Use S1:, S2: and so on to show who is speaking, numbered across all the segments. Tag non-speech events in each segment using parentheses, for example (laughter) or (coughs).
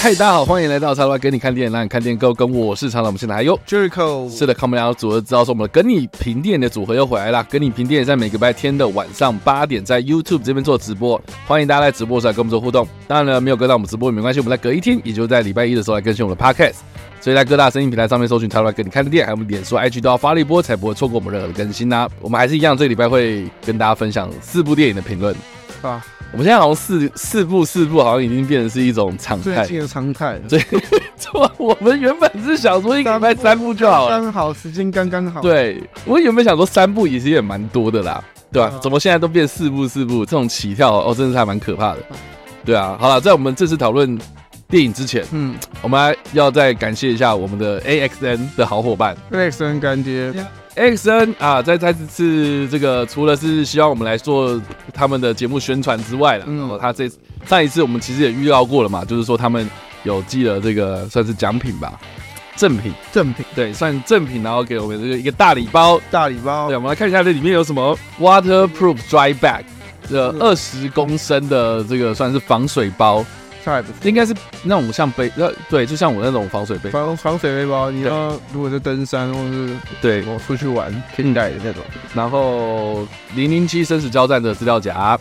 S1: 嗨，大家好，欢迎来到叉 Y 跟你看电影，让你看电影更跟我是常老，我们现在还有。
S2: Jericho
S1: 是的，看我们两个组合知道说我们的跟你评电影的组合又回来啦。跟你评电影在每个礼拜天的晚上八点在 YouTube 这边做直播，欢迎大家在直播时来跟我们做互动。当然呢，没有跟到我们直播也没关系，我们在隔一天，也就是在礼拜一的时候来更新我们的 Podcast。所以在各大声音平台上面搜寻“台湾跟你看的店”，还有我们脸书、IG 都要发了一波，才不会错过我们任何的更新啦、我们还是一样，这个礼拜会跟大家分享四部电影的评论。
S2: 啊，
S1: 我们现在好像四四部四部，好像已经变成是一种常
S2: 最
S1: 态。
S2: 近的常态了，
S1: 所以， (laughs) 我们原本是想说一个礼拜三部就好了，
S2: 刚好时间刚刚好。，
S1: 对我原本想说三部，其实也蛮多的啦，对吧、
S2: 嗯
S1: 怎么现在都变四部四部，这种起跳哦，真的是还蛮可怕的
S2: 嗯。
S1: 对啊，好了，在我们正式讨论电影之前，
S2: 嗯
S1: 我们还要再感谢一下我们的 AXN 的好伙伴
S2: ，Alex 很干爹，
S1: AXN 啊，在在这次这个除了是希望我们来做他们的节目宣传之外了，
S2: 嗯
S1: 哦，他这上一次我们其实也预告过了嘛，就是说他们有寄了这个算是奖品吧，赠品，
S2: 正品
S1: 对，算赠品，然后给我们这个一个大礼包。
S2: 大礼包
S1: 对，，我们来看一下这里面有什么 waterproof dry bag，这
S2: 嗯
S1: 二十公升的这个算是防水包，
S2: 差也不错。
S1: 应该是那种像背，呃，对，就像我那种防水杯，
S2: 防防水背包，你
S1: 对
S2: 要如果是登山或是
S1: 对。
S2: 我出去玩可以带的那种。
S1: 然后零零七生死交战的资料夹，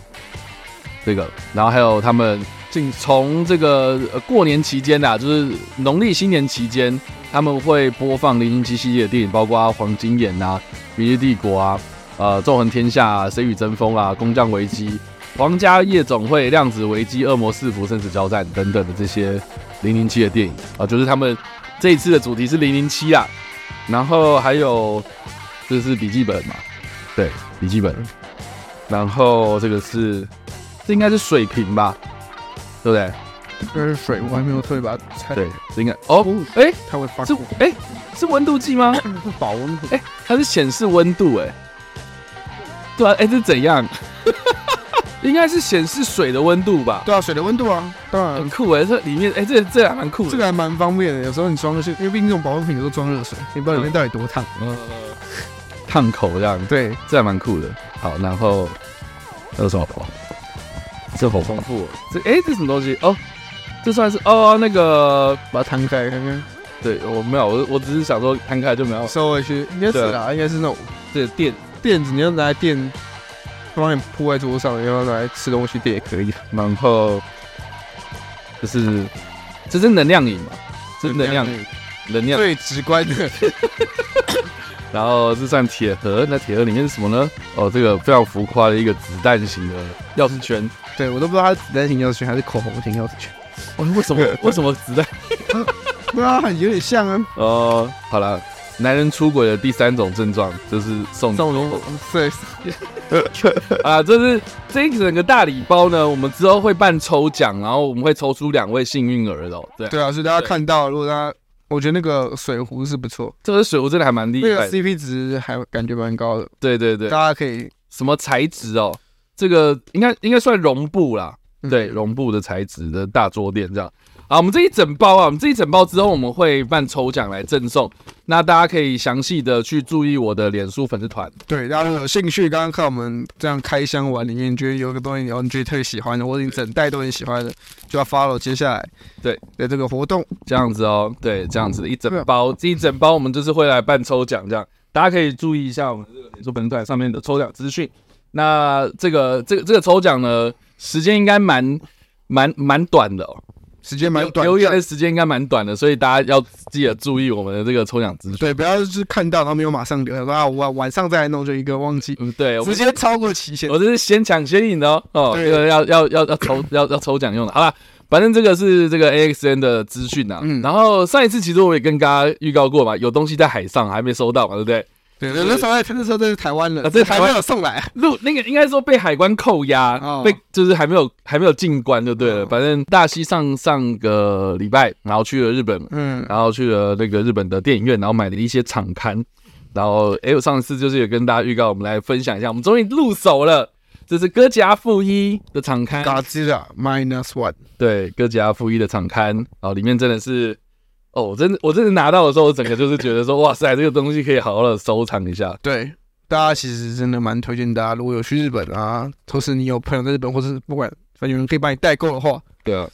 S1: 这个，然后还有他们进从这个、呃过年期间呐、就是农历新年期间，他们会播放零零七系列的电影，包括《黄金眼》啊，《明日帝国》啊，呃，《纵横天下》啊，《谁与争锋》啊，《工匠危机》。皇家夜总会、量子危机、恶魔四伏、生死交战等等的这些零零七的电影啊、就是他们这一次的主题是零零七啊，然后还有这是笔记本嘛，对，笔记本，然后这个是这应该是水瓶吧，对不对？
S2: 这是水，我还没有特别把它拆。
S1: 对，这应该哦，
S2: 哦，
S1: 哎、
S2: 它会发
S1: 是
S2: 光，
S1: 哎、是温度计吗？
S2: 是保温壶
S1: 哎、它是显示温度哎、对啊，哎、这怎样？ (laughs) 应该是显示水的温度吧，
S2: 对啊，水的温度啊，当
S1: 很
S2: 然。
S1: 酷哎、这里面哎、这这还蛮酷的。
S2: 这个还蛮方便的，有时候你装热水，因为毕竟这种保温瓶有时候装热水，你不知道里面到底多烫。
S1: 呃，烫口这样，
S2: 对，
S1: 这还蛮酷的。好，然后还有什么？这好丰富、这哎、这什么东西？哦，这算是哦那个
S2: 把它摊开看看，
S1: 对我没有，我我只是想说摊开就没有。
S2: 收回去，应该是啦，应该是那种
S1: 这电
S2: 垫子，你要拿来垫，帮你铺在桌上，你要拿来吃东西垫也可 (laughs) 以。啊
S1: 然后就是这是能量饮嘛，这是能量饮能量。
S2: 最直观的，
S1: 然后这算铁盒，那铁盒里面是什么呢？哦，这个非常浮夸的一个子弹型的钥匙圈。
S2: (laughs) 对我都不知道它是子弹型钥匙圈还是口红型钥匙圈。
S1: 哦，为 (laughs) 什么为什么子弹？
S2: (laughs) 对啊，有点像啊，
S1: 哦，好了，男人出轨的第三种症状就是送
S2: 这种对，
S1: 啊，这是这一整个大礼包呢。我们之后会办抽奖，然后我们会抽出两位幸运儿的哦。对，
S2: 对啊，所以大家看到，如果大家，我觉得那个水壶是不错，
S1: 这个水壶真的还蛮厉
S2: 那
S1: 害
S2: 个
S1: 的。
S2: CP 值还感觉蛮高的，
S1: 对对对
S2: 大，家可以
S1: 什么材质哦？这个应该应该算绒布啦，
S2: 嗯
S1: 对，绒布的材质的大桌垫这样。啊，我们这一整包啊，我们这一整包之后我们会办抽奖来赠送，那大家可以详细的去注意我的脸书粉丝团。
S2: 对，大家如果有兴趣，刚刚看我们这样开箱玩里面，觉得有一个东西，然后你觉得特别喜欢的，或者你整袋都很喜欢的，就要 follow 接下来
S1: 对
S2: 的这个活动。
S1: 这样子哦，对，这样子一整包，这一整包我们就是会来办抽奖，这样大家可以注意一下我们这个脸书粉丝团上面的抽奖资讯。那这个这个这个抽奖呢，时间应该蛮蛮蛮短的哦，
S2: 时间蛮短
S1: 留言
S2: 暂
S1: 的时间应该蛮短的，所以大家要记得注意我们的这个抽奖资讯。
S2: 对，不要就是看到然后没有马上留，想说啊，我晚上再来弄就一个忘记，
S1: 嗯，对，我呃
S2: 直接超过期限。
S1: 我这是先抢先赢的哦，哦，
S2: 对
S1: 这个要要要要抽要要抽奖用的，好啦，反正这个是这个 AXN 的资讯啊。
S2: 嗯
S1: 然后上一次其实我也跟大家预告过嘛，有东西在海上还没收到嘛，对不对？
S2: 对，那时候在那时候在台湾了，
S1: 啊在台湾
S2: 还没有
S1: (laughs)
S2: 送来，
S1: 路那个应该说被海关扣押，
S2: 哦
S1: 被就是还没有还没有进关就对了。
S2: 哦
S1: 反正大西上上个礼拜，然后去了日本，
S2: 嗯，
S1: 然后去了那个日本的电影院，然后买了一些场刊。然后，哎，我上次就是有跟大家预告，我们来分享一下，我们终于入手了，这是哥吉拉负一的场刊，
S2: 嘎吱的 minus one，
S1: 对，哥吉拉负一的场刊，然后里面真的是，哦，我真的我真的拿到的时候，我整个就是觉得说，哇塞，这个东西可以好好的收藏一下。
S2: 对。大家其实真的蛮推荐大家，如果有去日本啊，或是你有朋友在日本，或是不管，反正有人可以帮你代购的话，
S1: 对啊，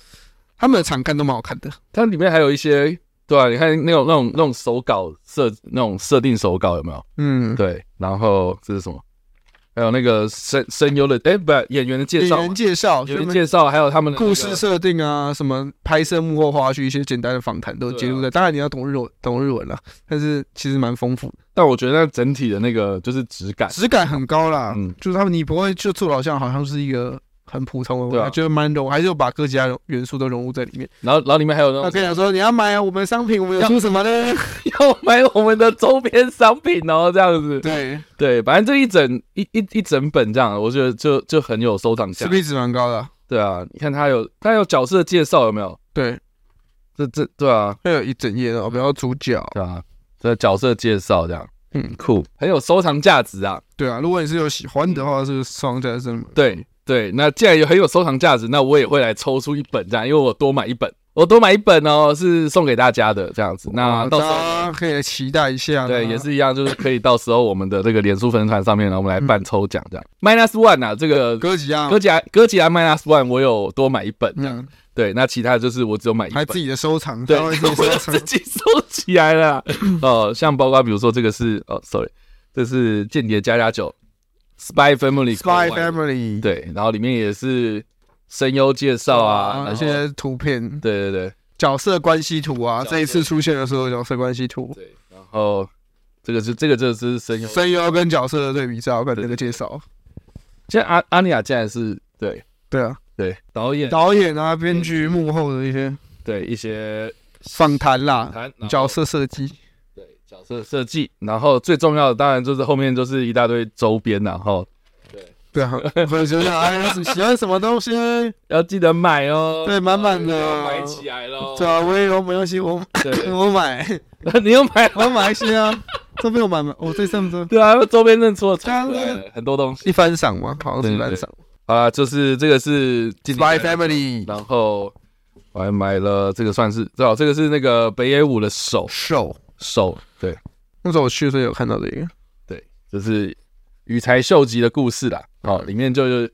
S2: 他们的场刊都蛮好看的。
S1: 它里面还有一些，对啊，你看那种那种那种手稿设那种设定手稿有没有？
S2: 嗯，
S1: 对，然后这是什么？还有那个声声优的，哎，不，演员的介绍
S2: 演
S1: 嘛，
S2: 员介绍、
S1: 演
S2: 什
S1: 员
S2: 么
S1: 介绍，还有哦他们的那个
S2: 故事设定啊，什么拍摄幕后花絮，一些简单的访谈都揭露
S1: 啊
S2: 在。当然你要懂日文，懂日文啦，啊但是其实蛮丰富的，
S1: 但我觉得那整体的那个就是质感，
S2: 质感很高啦。
S1: 嗯
S2: 就是他们你不会就做得好像好像是一个很普通的文
S1: 对
S2: 化，
S1: 啊嗯
S2: 就是蛮融，还是有把各家元素都融入在里面。
S1: 然后然后里面还有
S2: 那
S1: 那
S2: 跟
S1: 种
S2: 你讲说你要买啊我们商品，我们有出什么呢？
S1: 要买我们的周边商品，然后这样子，
S2: 对，
S1: (laughs) 对，反正这一整一一一整本这样，我觉得就就很有收藏价
S2: CP 值蛮高的啊。
S1: 对啊，你看他有他有角色介绍有没有？
S2: 对，
S1: 这这对啊，
S2: 会有一整页的，比较主角。
S1: 对啊，这角色介绍这样，
S2: 嗯，
S1: 酷，很有收藏价值啊。
S2: 对啊，如果你是有喜欢的话，是双加生。
S1: 对对，那既然有很有收藏价值，那我也会来抽出一本这样，因为我多买一本，我多买一本哦，是送给大家的这样子。那到时候。
S2: 啊大家可以来期待一下啦。
S1: 对，也是一样，就是可以到时候我们的这个脸书粉丝团上面，然后我们来办抽奖这样。Minus
S2: 嗯
S1: One 啊，这个
S2: 哥吉亚
S1: 哥，吉拉哥吉拉 Minus One 我有多买一本，
S2: 嗯，
S1: 对，那其他的就是我只有买一
S2: 还
S1: 本，
S2: 自己的收藏，
S1: 对，
S2: 台湾自己
S1: 我
S2: 收
S1: 就
S2: 藏
S1: (laughs) 自。己收起来了啦。哦，像包括比如说这个是哦，sorry，这是《间谍加加酒》Spy Family
S2: Spy
S1: 国外的
S2: Family
S1: 对，然后里面也是声优介绍啊，
S2: 那
S1: 那些
S2: 些图片、
S1: 对对对
S2: 角色关系图啊，
S1: 角色
S2: 这一次出现的所有角色关系图，
S1: 对，然后这个是这个这个是声优，
S2: 声优跟角色的对比照跟这个介绍。
S1: 现在阿阿尼亚竟然是对
S2: 对啊，
S1: 对导演
S2: 导演啊、编剧、幕后的一些
S1: 对一些
S2: 访谈啦、
S1: 谈然后
S2: 啊角色设计，
S1: 对角色设计，然后最重要的当然就是后面就是一大堆周边，啊然后
S2: 对啊， (laughs) 我就想哎，要是喜欢什么东
S1: (laughs)
S2: 西？
S1: 要记得买哦，
S2: 对满满的
S1: 要买起来喽，
S2: 对啊，我也有买东西，我 (coughs)
S1: 对，
S2: 我买，
S1: 你又买了。
S2: 我买一些啊，都被我买买，我这上周
S1: 对啊，周边认出了超可爱
S2: 啊
S1: 的很多东西。
S2: 一番赏嘛，好像是一番赏。
S1: 好啦，就是这个是
S2: Spy Family
S1: 然后我还买了这个算是，对哦，这个是那个北野武的手
S2: 手，
S1: 手，对
S2: 那时候我去的时候有看到这个，
S1: 对，就是羽柴秀吉的故事啦。哦，里面就是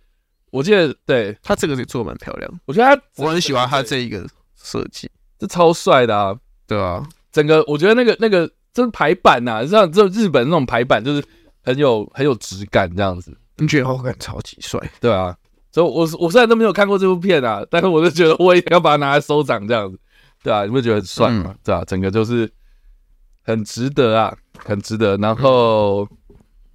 S1: 我记得，对
S2: 他这个也做的蛮漂亮的，
S1: 我觉得他
S2: 我很喜欢他这一个设计。
S1: 这超帅的啊！
S2: 对啊，
S1: 整个我觉得那个那个真排版呐、像这日本那种排版就是很有很有质感这样子，
S2: 你觉得后感超级帅，
S1: 对啊。所以我我虽然都没有看过这部片啊，但是我就觉得我也要把它拿来收藏这样子，对啊，你会觉得很帅
S2: 嗯
S1: 嘛？对啊，整个就是很值得啊，很值得。然后、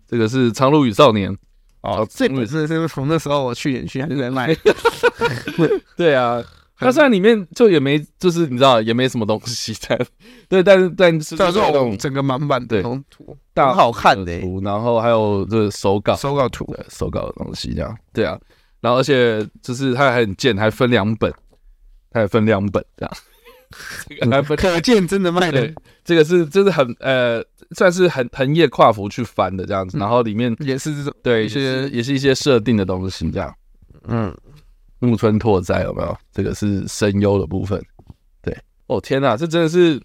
S1: 这个是《苍鹭与少年》哦
S2: 这本是是从那时候我去年去他就在
S1: (laughs)
S2: 卖，
S1: 对啊，它虽然里面就也没就是你知道也没什么东西，但对，但是但是
S2: 但是
S1: 那
S2: 我
S1: 种
S2: 整个满版的
S1: 对
S2: 那种图，
S1: 大
S2: 啊很好看的、
S1: 图，然后还有这个手稿，
S2: 手稿图，
S1: 对手稿的东西这样。对啊，然后而且就是它还很贱，还分两本，它还分两本这样。这个还分
S2: 可见真的卖
S1: (laughs)
S2: 的
S1: 对，这个是这是很呃，算是很横业跨幅去翻的这样子，然后里面
S2: 也是这种，
S1: 对
S2: 一些
S1: 嗯也是也是一些设定的东西这样。
S2: 嗯，
S1: 木村拓哉有没有？这个是声优的部分。对，哦天哪，这真的是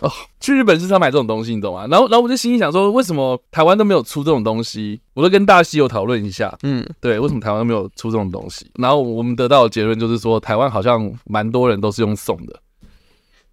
S1: 哦，去日本市场买这种东西，你懂吗？然后，然后我就心里想说，为什么台湾都没有出这种东西？我都跟大西有讨论一下，
S2: 嗯，
S1: 对，为什么台湾都没有出这种东西？然后我们得到的结论就是说，台湾好像蛮多人都是用送的，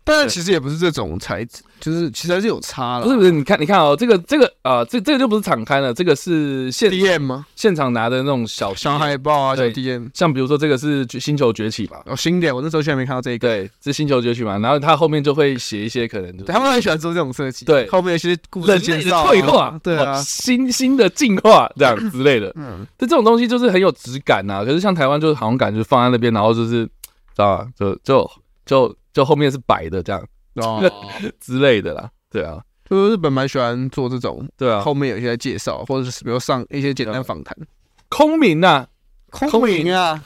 S2: 但其实也不是这种材质，就是其实还是有差了。
S1: 不是不是？你看，你看哦，这个这个啊、呃这这个就不是敞开了，这个是现
S2: DM 吗？
S1: 现场拿的那种小
S2: 小，海报啊，小
S1: 对
S2: DM。
S1: 像比如说这个是《星球崛起》吧。
S2: 哦，新的，我那时候居然没看到这一个。
S1: 对，是星球崛起嘛，然后他后面就会写一些可能就是
S2: 他们很喜欢做这种设计，
S1: 对
S2: 后面有些故事
S1: 人
S2: 介
S1: 类的
S2: 绍啊
S1: 退化，
S2: 对啊
S1: 哦，新新的进化这
S2: (clears throat)
S1: 样之类的。
S2: 嗯，
S1: 但这种东西就是很有质感呐、可是像台湾就是好像感觉放在那边，然后就是知道吧，就就就就后面是白的这样
S2: 哦，
S1: 之类的啦。对啊，
S2: 就是日本蛮喜欢做这种
S1: 对啊。
S2: 后面有一些介绍，或者是比如上一些简单访谈。
S1: 空明
S2: 啊
S1: (laughs) 呐、
S2: 空明啊，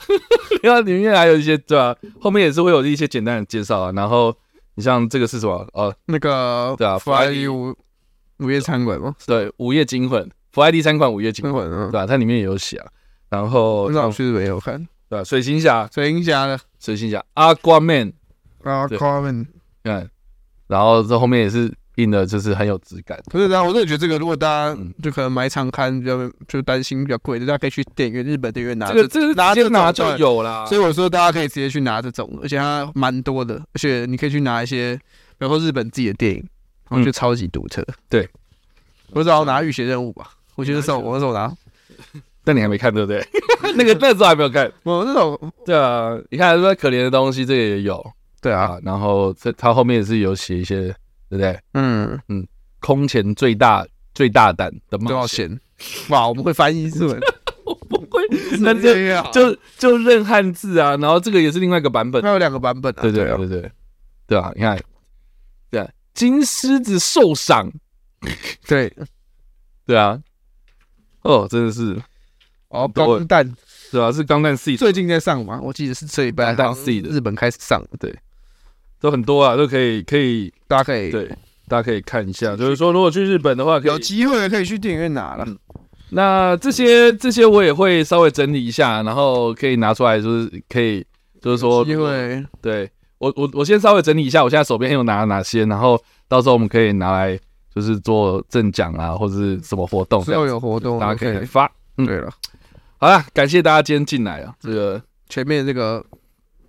S1: 然后里面还有一些对啊，后面也是会有一些简单的介绍啊。然后你像这个是什么？哦，
S2: 那个
S1: 对啊
S2: 弗莱迪午午夜餐馆吗？
S1: 对，午夜惊魂，福爱第三款午夜惊
S2: 餐
S1: 魂，
S2: 馆啊
S1: 对，吧、它里面也有写啊。然后哦
S2: 我早去日本也有看，
S1: 对、啊，水行侠，
S2: 水银侠的
S1: 水行侠，Aquaman，
S2: 啊
S1: 对
S2: ，Carmen，
S1: 嗯，然后这后面也是印的就是很有质感。
S2: 不是，然后我真的觉得这个，如果大家
S1: 嗯
S2: 就可能买场刊比较就担心比较贵的，大家可以去电影院、日本电影院拿
S1: 这个这个
S2: 啊拿
S1: 直接
S2: 这
S1: 拿
S2: 种
S1: 就有啦，
S2: 所以我说大家可以直接去拿这种，而且它蛮多的，而且你可以去拿一些，比如说日本自己的电影，我觉得超级独特。
S1: 嗯对，
S2: 我只要拿《浴血任务》吧，我觉得那时候我那时候拿，
S1: 但你还没看对不 (laughs) 对？那个那时候还没有看。
S2: 我那种
S1: 对啊，你看说可怜的东西，这个也有
S2: 对啊，
S1: 啊。然后这他后面也是有写一些，对不对？
S2: 嗯，
S1: 空前最大最大胆的
S2: 多
S1: 冒
S2: 少
S1: 险，
S2: 钱？哇，我们会翻译日文，哎
S1: 不会， (laughs) 那就
S2: 这样
S1: 就就认汉字啊。然后这个也是另外一个版本，
S2: 它有两个版本啊，
S1: 对对
S2: 啊，
S1: 对对对啊！你看，对啊，金狮子受赏，
S2: 对，
S1: 对啊，哦，真的是
S2: 哦，
S1: 对
S2: 钢弹
S1: 对啊，是钢弹 C
S2: 最近在上嘛，我记得是这一半，
S1: 钢弹 C 的
S2: 日本开始上，
S1: 都很多啊，都可以可以
S2: 大家可以
S1: 对，大家可以看一下。就是说，如果去日本的话，可以
S2: 有机会可以去电影院拿了，
S1: 嗯那这些这些我也会稍微整理一下，然后可以拿出来，就是可以，就是说，
S2: 机会
S1: 对我我我先稍微整理一下，我现在手边有拿哪些，然后到时候我们可以拿来就是做赠奖啊，或者是什么活动这样
S2: 之后
S1: 子，
S2: 哦有活动，
S1: 大家可
S2: 可
S1: 以
S2: 以。
S1: 发。嗯
S2: 对了。
S1: 好啦，感谢大家今天进来啊，这个 (laughs)
S2: 前面这个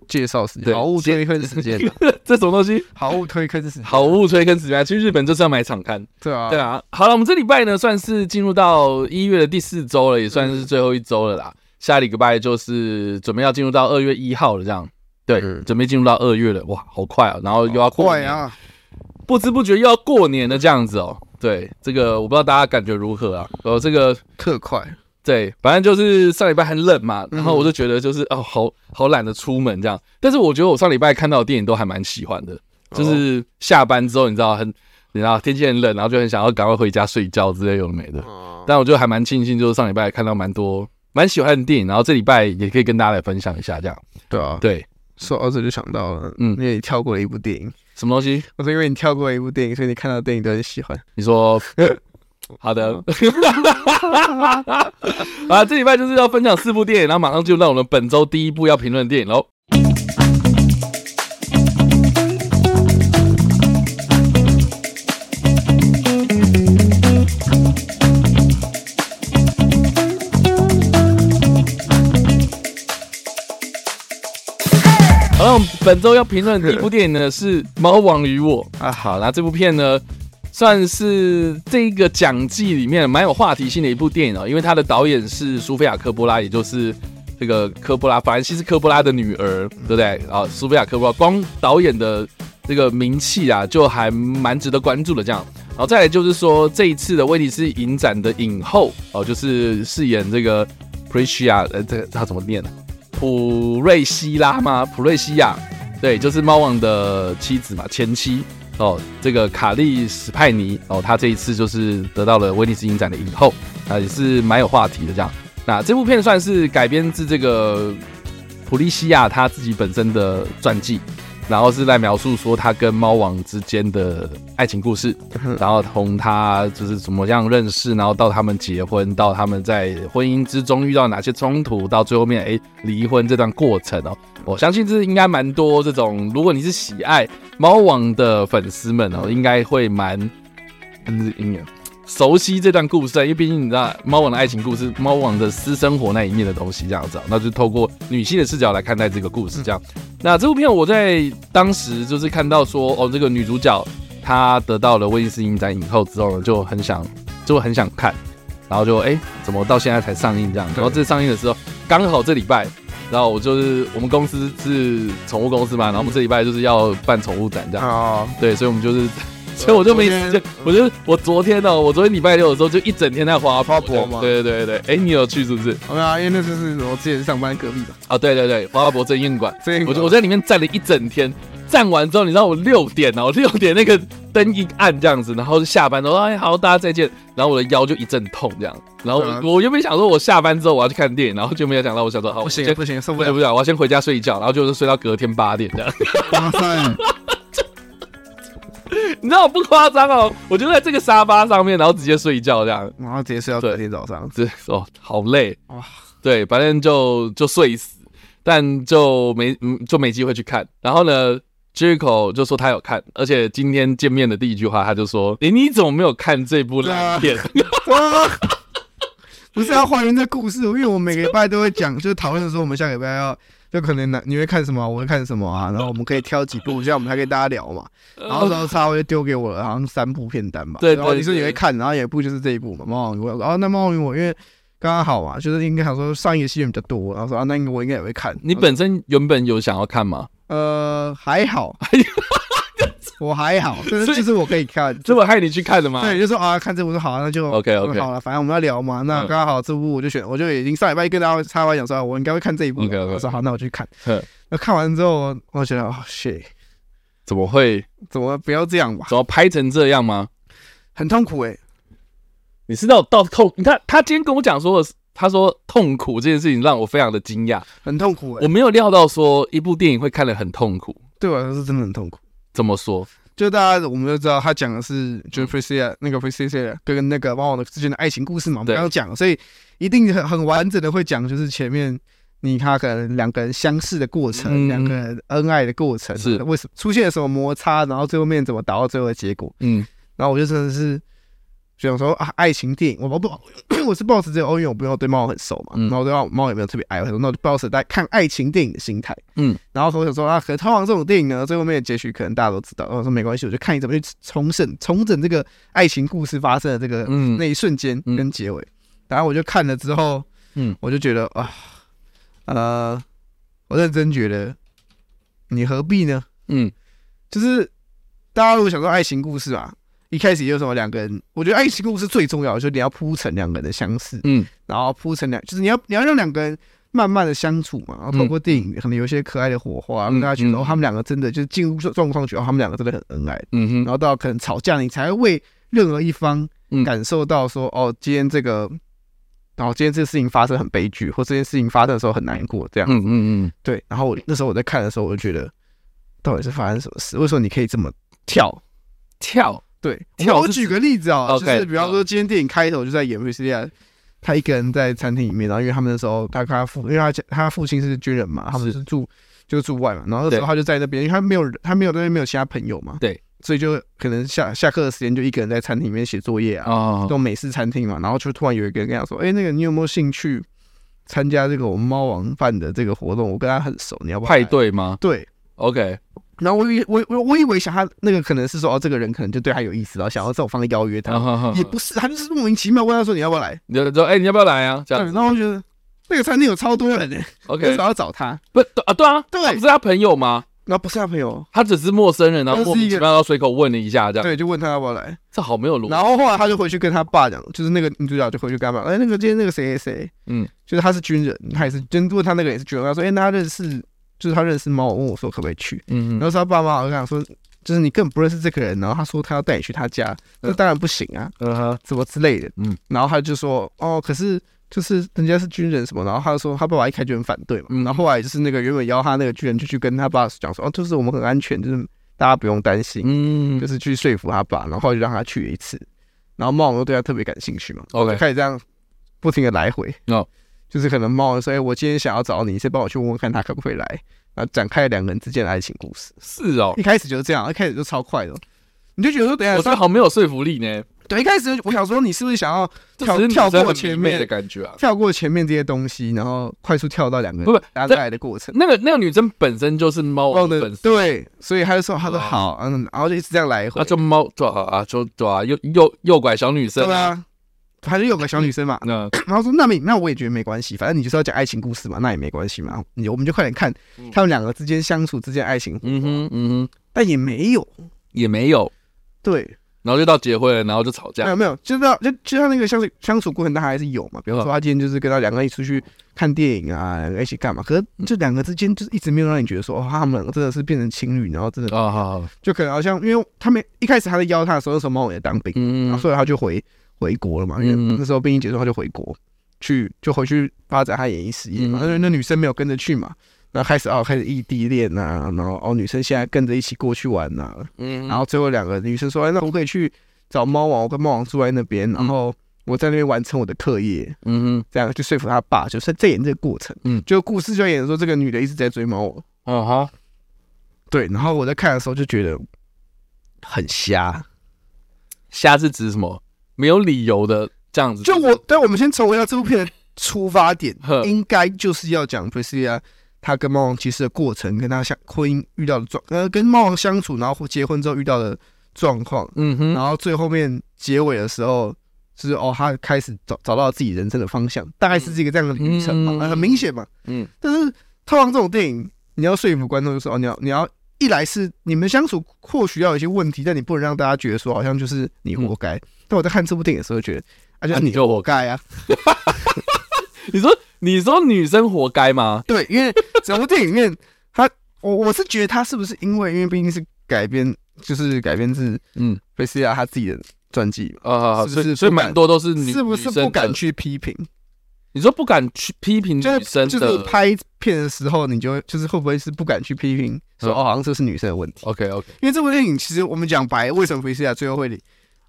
S2: 介绍时
S1: 对
S2: 间，好物推坑
S1: (laughs)
S2: 时间啊，
S1: 这什么东西？
S2: 好物推坑时间，
S1: 好物推坑时间，去日本就是要买场刊。
S2: 对啊
S1: 对，啊，好了，我们这礼拜呢算是进入到一月的第四周了，也算
S2: 嗯
S1: 是最后一周了啦。下礼拜就是准备要进入到二月一号了，这样。对，
S2: 嗯
S1: 准备进入到二月了，哇，好快啊！然后又要过
S2: 快
S1: 年，
S2: 啊，
S1: 不知不觉又要过年了，这样子哦。对，这个我不知道大家感觉如何啊？呃，这个
S2: 特快，
S1: 对，反正就是上礼拜很冷嘛，
S2: 嗯
S1: 然后我就觉得就是哦，好好懒得出门这样。但是我觉得我上礼拜看到的电影都还蛮喜欢的，
S2: 哦
S1: 就是下班之后，你知道很，你知道天气很冷，然后就很想要赶快回家睡觉之类有的没的。
S2: 哦
S1: 但我就还蛮庆幸，就是上礼拜看到蛮多蛮喜欢的电影，然后这礼拜也可以跟大家来分享一下这样。
S2: 对啊，
S1: 对，
S2: 说到这就想到了，
S1: 嗯
S2: 嗯，因为你跳过了一部电影，
S1: 什么东西？
S2: 我说因为你跳过了一部电影，所以你看到的电影都很喜欢，
S1: 你 (laughs) 说好的， (laughs) 啊，这礼拜就是要分享四部电影，然后马上进入到我们本周第一部要评论的电影喽。好了，我们本周要评论的第一部电影呢是《猫王与我》啊。好啦，这部片呢算是这个讲季里面蛮有话题性的一部电影哦，因为它的导演是苏菲亚·科波拉，也就是这个科波拉，法兰西斯·科波拉的女儿，对不对？啊，苏菲亚·科波拉光导演的这个名气啊，就还蛮值得关注的。这样，然后再来就是说这一次的威尼斯影展的影后哦，就是饰演这个 Priscia，呃，这个她怎么念呢、普瑞西拉吗？普瑞西亚，对，就是猫王的妻子嘛，前妻。哦，这个卡利史派尼哦，他这一次就是得到了威尼斯影展的影后，啊，也是蛮有话题的这样。那这部片算是改编自这个普利西亚他自己本身的传记，然后是在描述说他跟猫王之间的爱情故事，然后从他就是怎么样认识，然后到他们结婚，到他们在婚姻之中遇到哪些冲突，到最后面哎离婚这段过程哦，我相信这应该蛮多这种，如果你是喜爱猫王的粉丝们哦，应该会蛮嗯嗯熟悉这段故事，因为毕竟你知道猫王的爱情故事，猫王的私生活那一面的东西这样子哦，那就透过女性的视角来看待这个故事这样。那这部片我在当时就是看到说哦，这个女主角她得到了威尼斯影展影后之后呢，就很想就很想看，然后就哎、怎么到现在才上映这样？然后这上映的时候刚好这礼拜。然后我就是我们公司是宠物公司嘛，然后我们这礼拜就是要办宠物展这样，
S2: 哦，
S1: 对，啊所以我们就是， (laughs) 所以我就没时间
S2: 昨天，
S1: 我就我昨天哦，我昨天礼拜六的时候就一整天在花
S2: 花博吗
S1: 对对对对，哎，你有去是不是？
S2: 好吧，因为那就是我之前上班隔壁吧，
S1: 啊，对对对，花博正宴馆，
S2: 这
S1: 我就我在里面站了一整天，站完之后，你知道我六点哦， (laughs) 六点那个灯一暗这样子，然后就下班了，哎，好，大家再见，然后我的腰就一阵痛这样，然后
S2: 嗯
S1: 我我原本想说我下班之后我要去看电影，然后就没有想到我想说好，
S2: 不
S1: 我
S2: 行
S1: 先
S2: 不行受
S1: 不
S2: 不
S1: 行
S2: 了，
S1: 不行，我要先回家睡觉，然后就是睡到隔天八点这样。 (laughs)
S2: 哇塞，
S1: 你知道我不夸张哦，我就在这个沙发上面，然后直接睡觉这样，
S2: 然后直接睡到隔天早上，
S1: 这哦好累哇
S2: 哇，
S1: 对，反正就就睡死，但就没嗯就没机会去看。然后呢， Jericho 就说他有看，而且今天见面的第一句话他就说：“诶，你怎么没有看这部烂 (laughs) 片？”
S2: (laughs) 不是要啊还原这故事，因为我每个礼拜都会讲，就是讨论说我们下礼拜要，就可能哪你会看什么啊，我会看什么啊，然后我们可以挑几部，这样我们才可以大家聊嘛。然后然后他会丢给我了，好像三部片单吧。
S1: 对
S2: 然后
S1: 对
S2: 你说你
S1: 对
S2: 会看，然后有一部就是这一部嘛，《猫王与我》。然后那《猫王与我》因为刚刚好嘛，就是应该想说上一个戏院比较多，然后说啊，那个我应该也会看。 (laughs)
S1: 你本身原本有想要看吗？
S2: 嗯呃还 (laughs) 好，我还 (laughs) 好，就
S1: 所
S2: 是
S1: 以
S2: 就是我可以看，
S1: (laughs) 这不害你去看的吗？
S2: 对，就说啊，看这部说好，那就
S1: OK，OK 嗯
S2: 嗯好了，反正我们要聊嘛，那刚好这部我就选，我就已经上礼拜跟大家插完讲说，啊我应该会看这一部了。
S1: OK，OK 嗯
S2: 我说好，那我去
S1: (laughs)
S2: 看
S1: 哼。
S2: 那看完之后，我觉得哦，shit，
S1: 怎么会？
S2: 怎么不要这样吧？
S1: 怎么拍成这样吗？
S2: 很痛苦哎、
S1: 你是到到痛？你看他今天跟我讲说的是，他说痛苦这件事情让我非常的惊讶，
S2: 很痛苦哎、
S1: 我没有料到说一部电影会看得很痛苦。
S2: 对我来说是真的很痛苦。
S1: 怎么说？
S2: 就大家我们就知道他讲的
S1: 嗯
S2: 是就是 Priscilla 那个 Priscilla 跟那个猫王的之间的爱情故事嘛，我们
S1: 对
S2: 刚刚讲了，所以一定很很完整的会讲，就是前面你他可能两个人相识的过
S1: 嗯
S2: 程，两、个人恩爱的过程，
S1: 是
S2: 为什么出现了什么摩擦，然后最后面怎么达到最后的结果。
S1: 嗯，
S2: 然后我就真的是想说啊，爱情电影，我不 (clears throat) 我是抱持这个，哦，因为我朋友对猫很熟嘛，
S1: 嗯
S2: 然后我对猫猫也没有特别爱，我想说那我就抱持在看爱情电影的心态，
S1: 嗯，
S2: 然后我想说啊，可能通常这种电影呢，最后面的结局可能大家都知道，然后我说没关系，我就看你怎么去重整重整这个爱情故事发生的这个
S1: 嗯
S2: 那一瞬间
S1: 嗯
S2: 跟结尾，然后我就看了之后，
S1: 嗯，
S2: 我就觉得啊，呃，我认真觉得你何必呢？
S1: 嗯
S2: 就是大家如果想说爱情故事啊，一开始有什么两个人，我觉得爱情故事最重要的就是你要铺成两个人的相识，
S1: 嗯
S2: 然后铺成两，就是你要你要让两个人慢慢的相处嘛，然后透过电影可能有一些可爱的火花，让大家觉
S1: 嗯
S2: 得哦，他们两个真的就是进入状况去，哦，他们两个真的很恩爱，
S1: 嗯
S2: 然
S1: 哼，
S2: 后到可能吵架，你才会为任何一方
S1: 嗯
S2: 感受到说，哦，今天这个。然后今天这个事情发生很悲剧，或这件事情发生的时候很难过，这样。
S1: 嗯嗯嗯，
S2: 对，然后我那时候我在看的时候，我就觉得到底是发生什么事？为什么你可以这么跳？
S1: 跳
S2: 对，
S1: 跳
S2: 我我
S1: 是
S2: 举个例子啊、就
S1: OK，
S2: 是比方说今天电影开头就在演瑞斯利亚，他一个人在餐厅里面，然后因为他们那时候他跟他父，因为他家他父亲是军人嘛，他们
S1: 是
S2: 是住就住外嘛，然后那
S1: 对
S2: 时候他就在那边，因为他没有人他没有那边没有其他朋友嘛，
S1: 对，
S2: 所以就可能下下课的时间就一个人在餐厅里面写作业啊，
S1: 啊
S2: 这，种美式餐厅嘛，然后就突然有一个人跟他说，哎、那个你有没有兴趣参加这个我们猫王办的这个活动？我跟他很熟，你要不要来
S1: 派？对吗
S2: 对，
S1: ？OK，
S2: 然后我以我我我以为想他那个可能是说哦，这个人可能就对他有意思，然后想要这种方式邀约
S1: 然
S2: 他，
S1: 后
S2: 也不是，他就是莫名其妙问他说你要不要来，
S1: 你就说，哎，你要不要来啊？这
S2: 对，
S1: 样
S2: 然后我觉得那个餐厅有超多人，为什
S1: OK，
S2: 么要找他？
S1: 不对啊，对啊，
S2: 对
S1: 他不是他朋友吗？
S2: 然后不是他朋友，
S1: 他只是陌生人，然后
S2: 他是
S1: 莫名
S2: 一
S1: 其
S2: 个
S1: 妙要随口问了一下，这样
S2: 对，就问他要不要来，
S1: 这好没有逻辑。
S2: 然后后来他就回去跟他爸讲，就是那个女主角就回去跟他爸，哎，那个今天那个谁谁谁，
S1: 嗯，
S2: 就是他是军人，他也是，真问他那个也是军人，他说，哎，那他认识，就是他认识猫，问我说可不可以去，
S1: 嗯
S2: 然后是他爸妈好像讲说，就是你根本不认识这个人，然后他说他要带你去他家，那当然不行啊，
S1: 嗯
S2: 什么之类的，
S1: 嗯
S2: 嗯，然后他就说，哦，可是就是人家是军人什么，然后他就说他爸爸一开始就很反对嘛，
S1: 嗯
S2: 然后后来就是那个原本邀他那个军人就去跟他爸讲说，哦，就是我们很安全，就是大家不用担心，
S1: 嗯
S2: 就是去说服他爸，然后后来就让他去一次，然后猫王就对他特别感兴趣嘛，就
S1: ，OK，
S2: 开始这样不停的来回，
S1: 哦，
S2: 就是可能猫王说，哎，我今天想要找你，先帮我去问问看他可不可以来，然后展开了两个人之间的爱情故事，
S1: 是哦
S2: 一，开始就是这样，一开始就超快的。你就觉得说，等一
S1: 我觉
S2: 下
S1: 得，好没有说服力呢，
S2: 对，一开始我想说，你是不是想要
S1: 这
S2: 跳
S1: 只是女
S2: 跳
S1: 生
S2: 过
S1: 很
S2: 前
S1: 迷妹
S2: 面
S1: 的感觉啊。
S2: 跳过前面这些东西，然后快速跳到两个
S1: 不不
S2: 搭
S1: 这
S2: 在的过程。
S1: 那个那个女生本身就是猫
S2: 忘
S1: 王的
S2: 了
S1: 粉丝，
S2: 对，所以他就说，他说
S1: 哦
S2: 好，嗯，然后就一直这样来回
S1: 那。就猫抓啊，就抓右右右拐小女生
S2: 对，啊，他就有个小
S1: (laughs)
S2: 女生嘛，
S1: 那
S2: 然后说那没，那我也觉得没关系，反正你就是要讲爱情故事嘛，那也没关系嘛，你我们就快点看
S1: 嗯
S2: 他们两个之间相处之间的爱情，
S1: 嗯哼嗯哼
S2: 但也没有。
S1: 也没有，
S2: 对，
S1: 然后就到结婚了，然后就吵
S2: 没
S1: 架，
S2: 有没有，就是要就就像那个相处相处过程，他还是有嘛。
S1: 啊
S2: 比方说，他今天就是跟他两个人一起出去看电影啊，两个一起干嘛？可是这两个之间就是一直没有让你觉得说，哦，他们两个真的是变成情侣，然后真的
S1: 啊好好，
S2: 就可能好像，因为他们一开始他在邀他的时候，那时候猫也当兵，然
S1: 嗯
S2: 后所以他就回回国了嘛，因
S1: 嗯
S2: 为那时候兵役结束，他就回国去，就回去发展他演艺事业嘛。
S1: 嗯
S2: 因为那女生没有跟着去嘛，然后开始哦开始异地恋呐、然后哦女生现在跟着一起过去玩呐、
S1: 嗯
S2: 然后最后两个女生说，哎，那我可以去找猫啊王，我跟猫王住在那边，然后我在那边完成我的课业，
S1: 嗯
S2: 这样就说服他爸，就是在演这个过程，
S1: 嗯
S2: 就故事就演说这个女的一直在追猫王，
S1: 哼啊哈，
S2: 对，然后我在看的时候就觉得很瞎。
S1: 瞎是指什么？没有理由的这样子。
S2: 就我，嗯但我们先重回到这部片的出发点
S1: 呵，
S2: 应该就是要讲 Priscilla 她跟猫王骑士的过程，跟她相婚姻遇到的状，呃，跟猫王相处，然后结婚之后遇到的状况，
S1: 嗯哼，
S2: 然后最后面结尾的时候，就是哦，她开始找找到自己人生的方向，大概是这个这样的旅程嘛，
S1: 嗯
S2: 呃很明显嘛。
S1: 嗯，
S2: 但是通常这种电影，你要说服观众，就说哦，你要你要。一来是你们相处或许要有一些问题，但你不能让大家觉得说好像就是你活该。但我在看这部电影的时候，觉得
S1: 啊
S2: 啊，就
S1: 你就活
S2: 活该啊，
S1: 你说你说女生活该吗？
S2: 对，因为整部电影里面，他我我是觉得他是不是因为因为毕竟是改编，就是改编自
S1: 嗯
S2: 菲斯亚他自己的传记嘛，
S1: 啊，
S2: 是不
S1: 所以
S2: 是
S1: 所以
S2: 不
S1: 蛮
S2: 敢
S1: 多都是女
S2: 是不是
S1: 女生的
S2: 不敢去批评？
S1: 你说不敢去批评女
S2: 就是
S1: 生
S2: 就
S1: 的、
S2: 是拍片的时候，你就会就是会不会是不敢去批评，说
S1: 嗯
S2: 哦好像这是女生的问题？
S1: OK OK，
S2: 因为这部电影其实我们讲白，为什么菲斯亚最后会离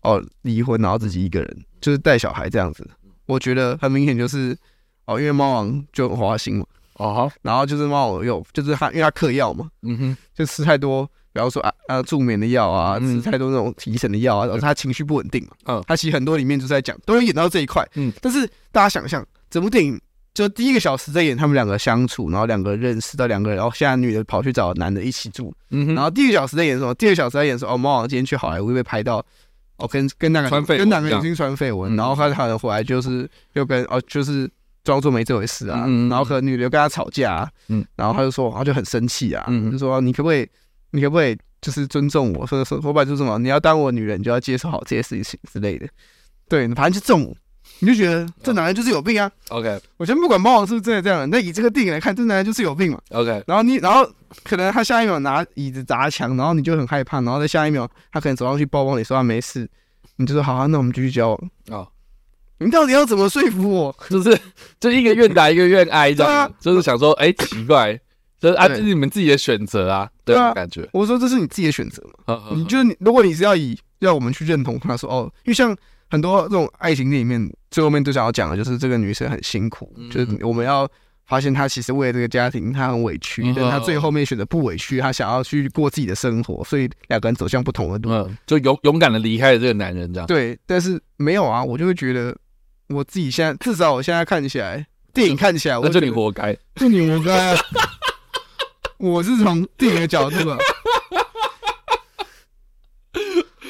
S2: 哦离婚，然后自己一个人就是带小孩这样子？我觉得很明显就是哦，因为猫王就很花心嘛，
S1: 哦好，
S2: 然后就是猫王又就是他因为他嗑药嘛，
S1: 嗯哼，
S2: 就吃太多，比方说啊啊助眠的药啊，
S1: 嗯
S2: 吃太多那种提神的药啊，导致他情绪不稳定嘛。
S1: 嗯
S2: 他其实很多里面就是在讲，都有演到这一块。
S1: 嗯，
S2: 但是大家想象，整部电影就第一个小时在演他们两个相处，然后两个认识到两个人，然后现在女的跑去找男的一起住，
S1: 嗯
S2: 然
S1: 哼，
S2: 后第一个小时在演什么？第二个小时在演说哦，猫王今天去好莱坞被拍到。哦，跟跟那个
S1: 传绯闻
S2: 跟哪
S1: 这
S2: 个明
S1: 样
S2: 星传绯闻，
S1: 嗯
S2: 然后他可能回来就是又跟哦，就是装作没这回事啊，
S1: 嗯嗯嗯
S2: 然后可能女的又跟他吵架、啊，
S1: 嗯，
S2: 然后他就说，他就很生气啊，
S1: 嗯嗯
S2: 就说你可不可以，你可不可以就是尊重我，说说说白就是什么，你要当我女人，你就要接受好这些事情之类的，对，反正就这种，你就觉得
S1: 哦
S2: 这男人就是有病啊，
S1: OK
S2: 我先不管猫王是不是真的这样，那以这个电影来看，这男人就是有病嘛，
S1: OK，
S2: 然后你，然后可能他下一秒拿椅子砸墙，然后你就很害怕，然后在下一秒他可能走上去抱抱你说他啊没事，你就说好、啊，那我们继续交往。
S1: 哦，
S2: 你到底要怎么说服我？
S1: (laughs) 就是就一个愿打一个愿挨这样，
S2: 对啊
S1: 就是想说，哎、奇怪，就是啊，这
S2: 对
S1: 是你们自己的选择啊，对
S2: 对啊
S1: 种感觉，嗯
S2: 我说这是你自己的选择嘛，
S1: 呵呵呵
S2: 你就是你，如果你是要以要我们去认同他说哦，因为像很多这种爱情电影里面最后面都想要讲的就是这个女生很辛苦，
S1: 嗯
S2: 就是我们要。发现她其实为了这个家庭，她很委屈，
S1: 嗯
S2: 但她最后面选择不委屈，她想要去过自己的生活，所以两个人走向不同的路。
S1: 嗯，就勇勇敢的离开了这个男人这样，
S2: 对，啊但是没有啊，我就会觉得我自己现在至少我现在看起来，电影看起来，我
S1: 那就
S2: 觉
S1: 你
S2: 得，
S1: 活该，
S2: 就你活该 (laughs) 啊。我是从电影的角度啊，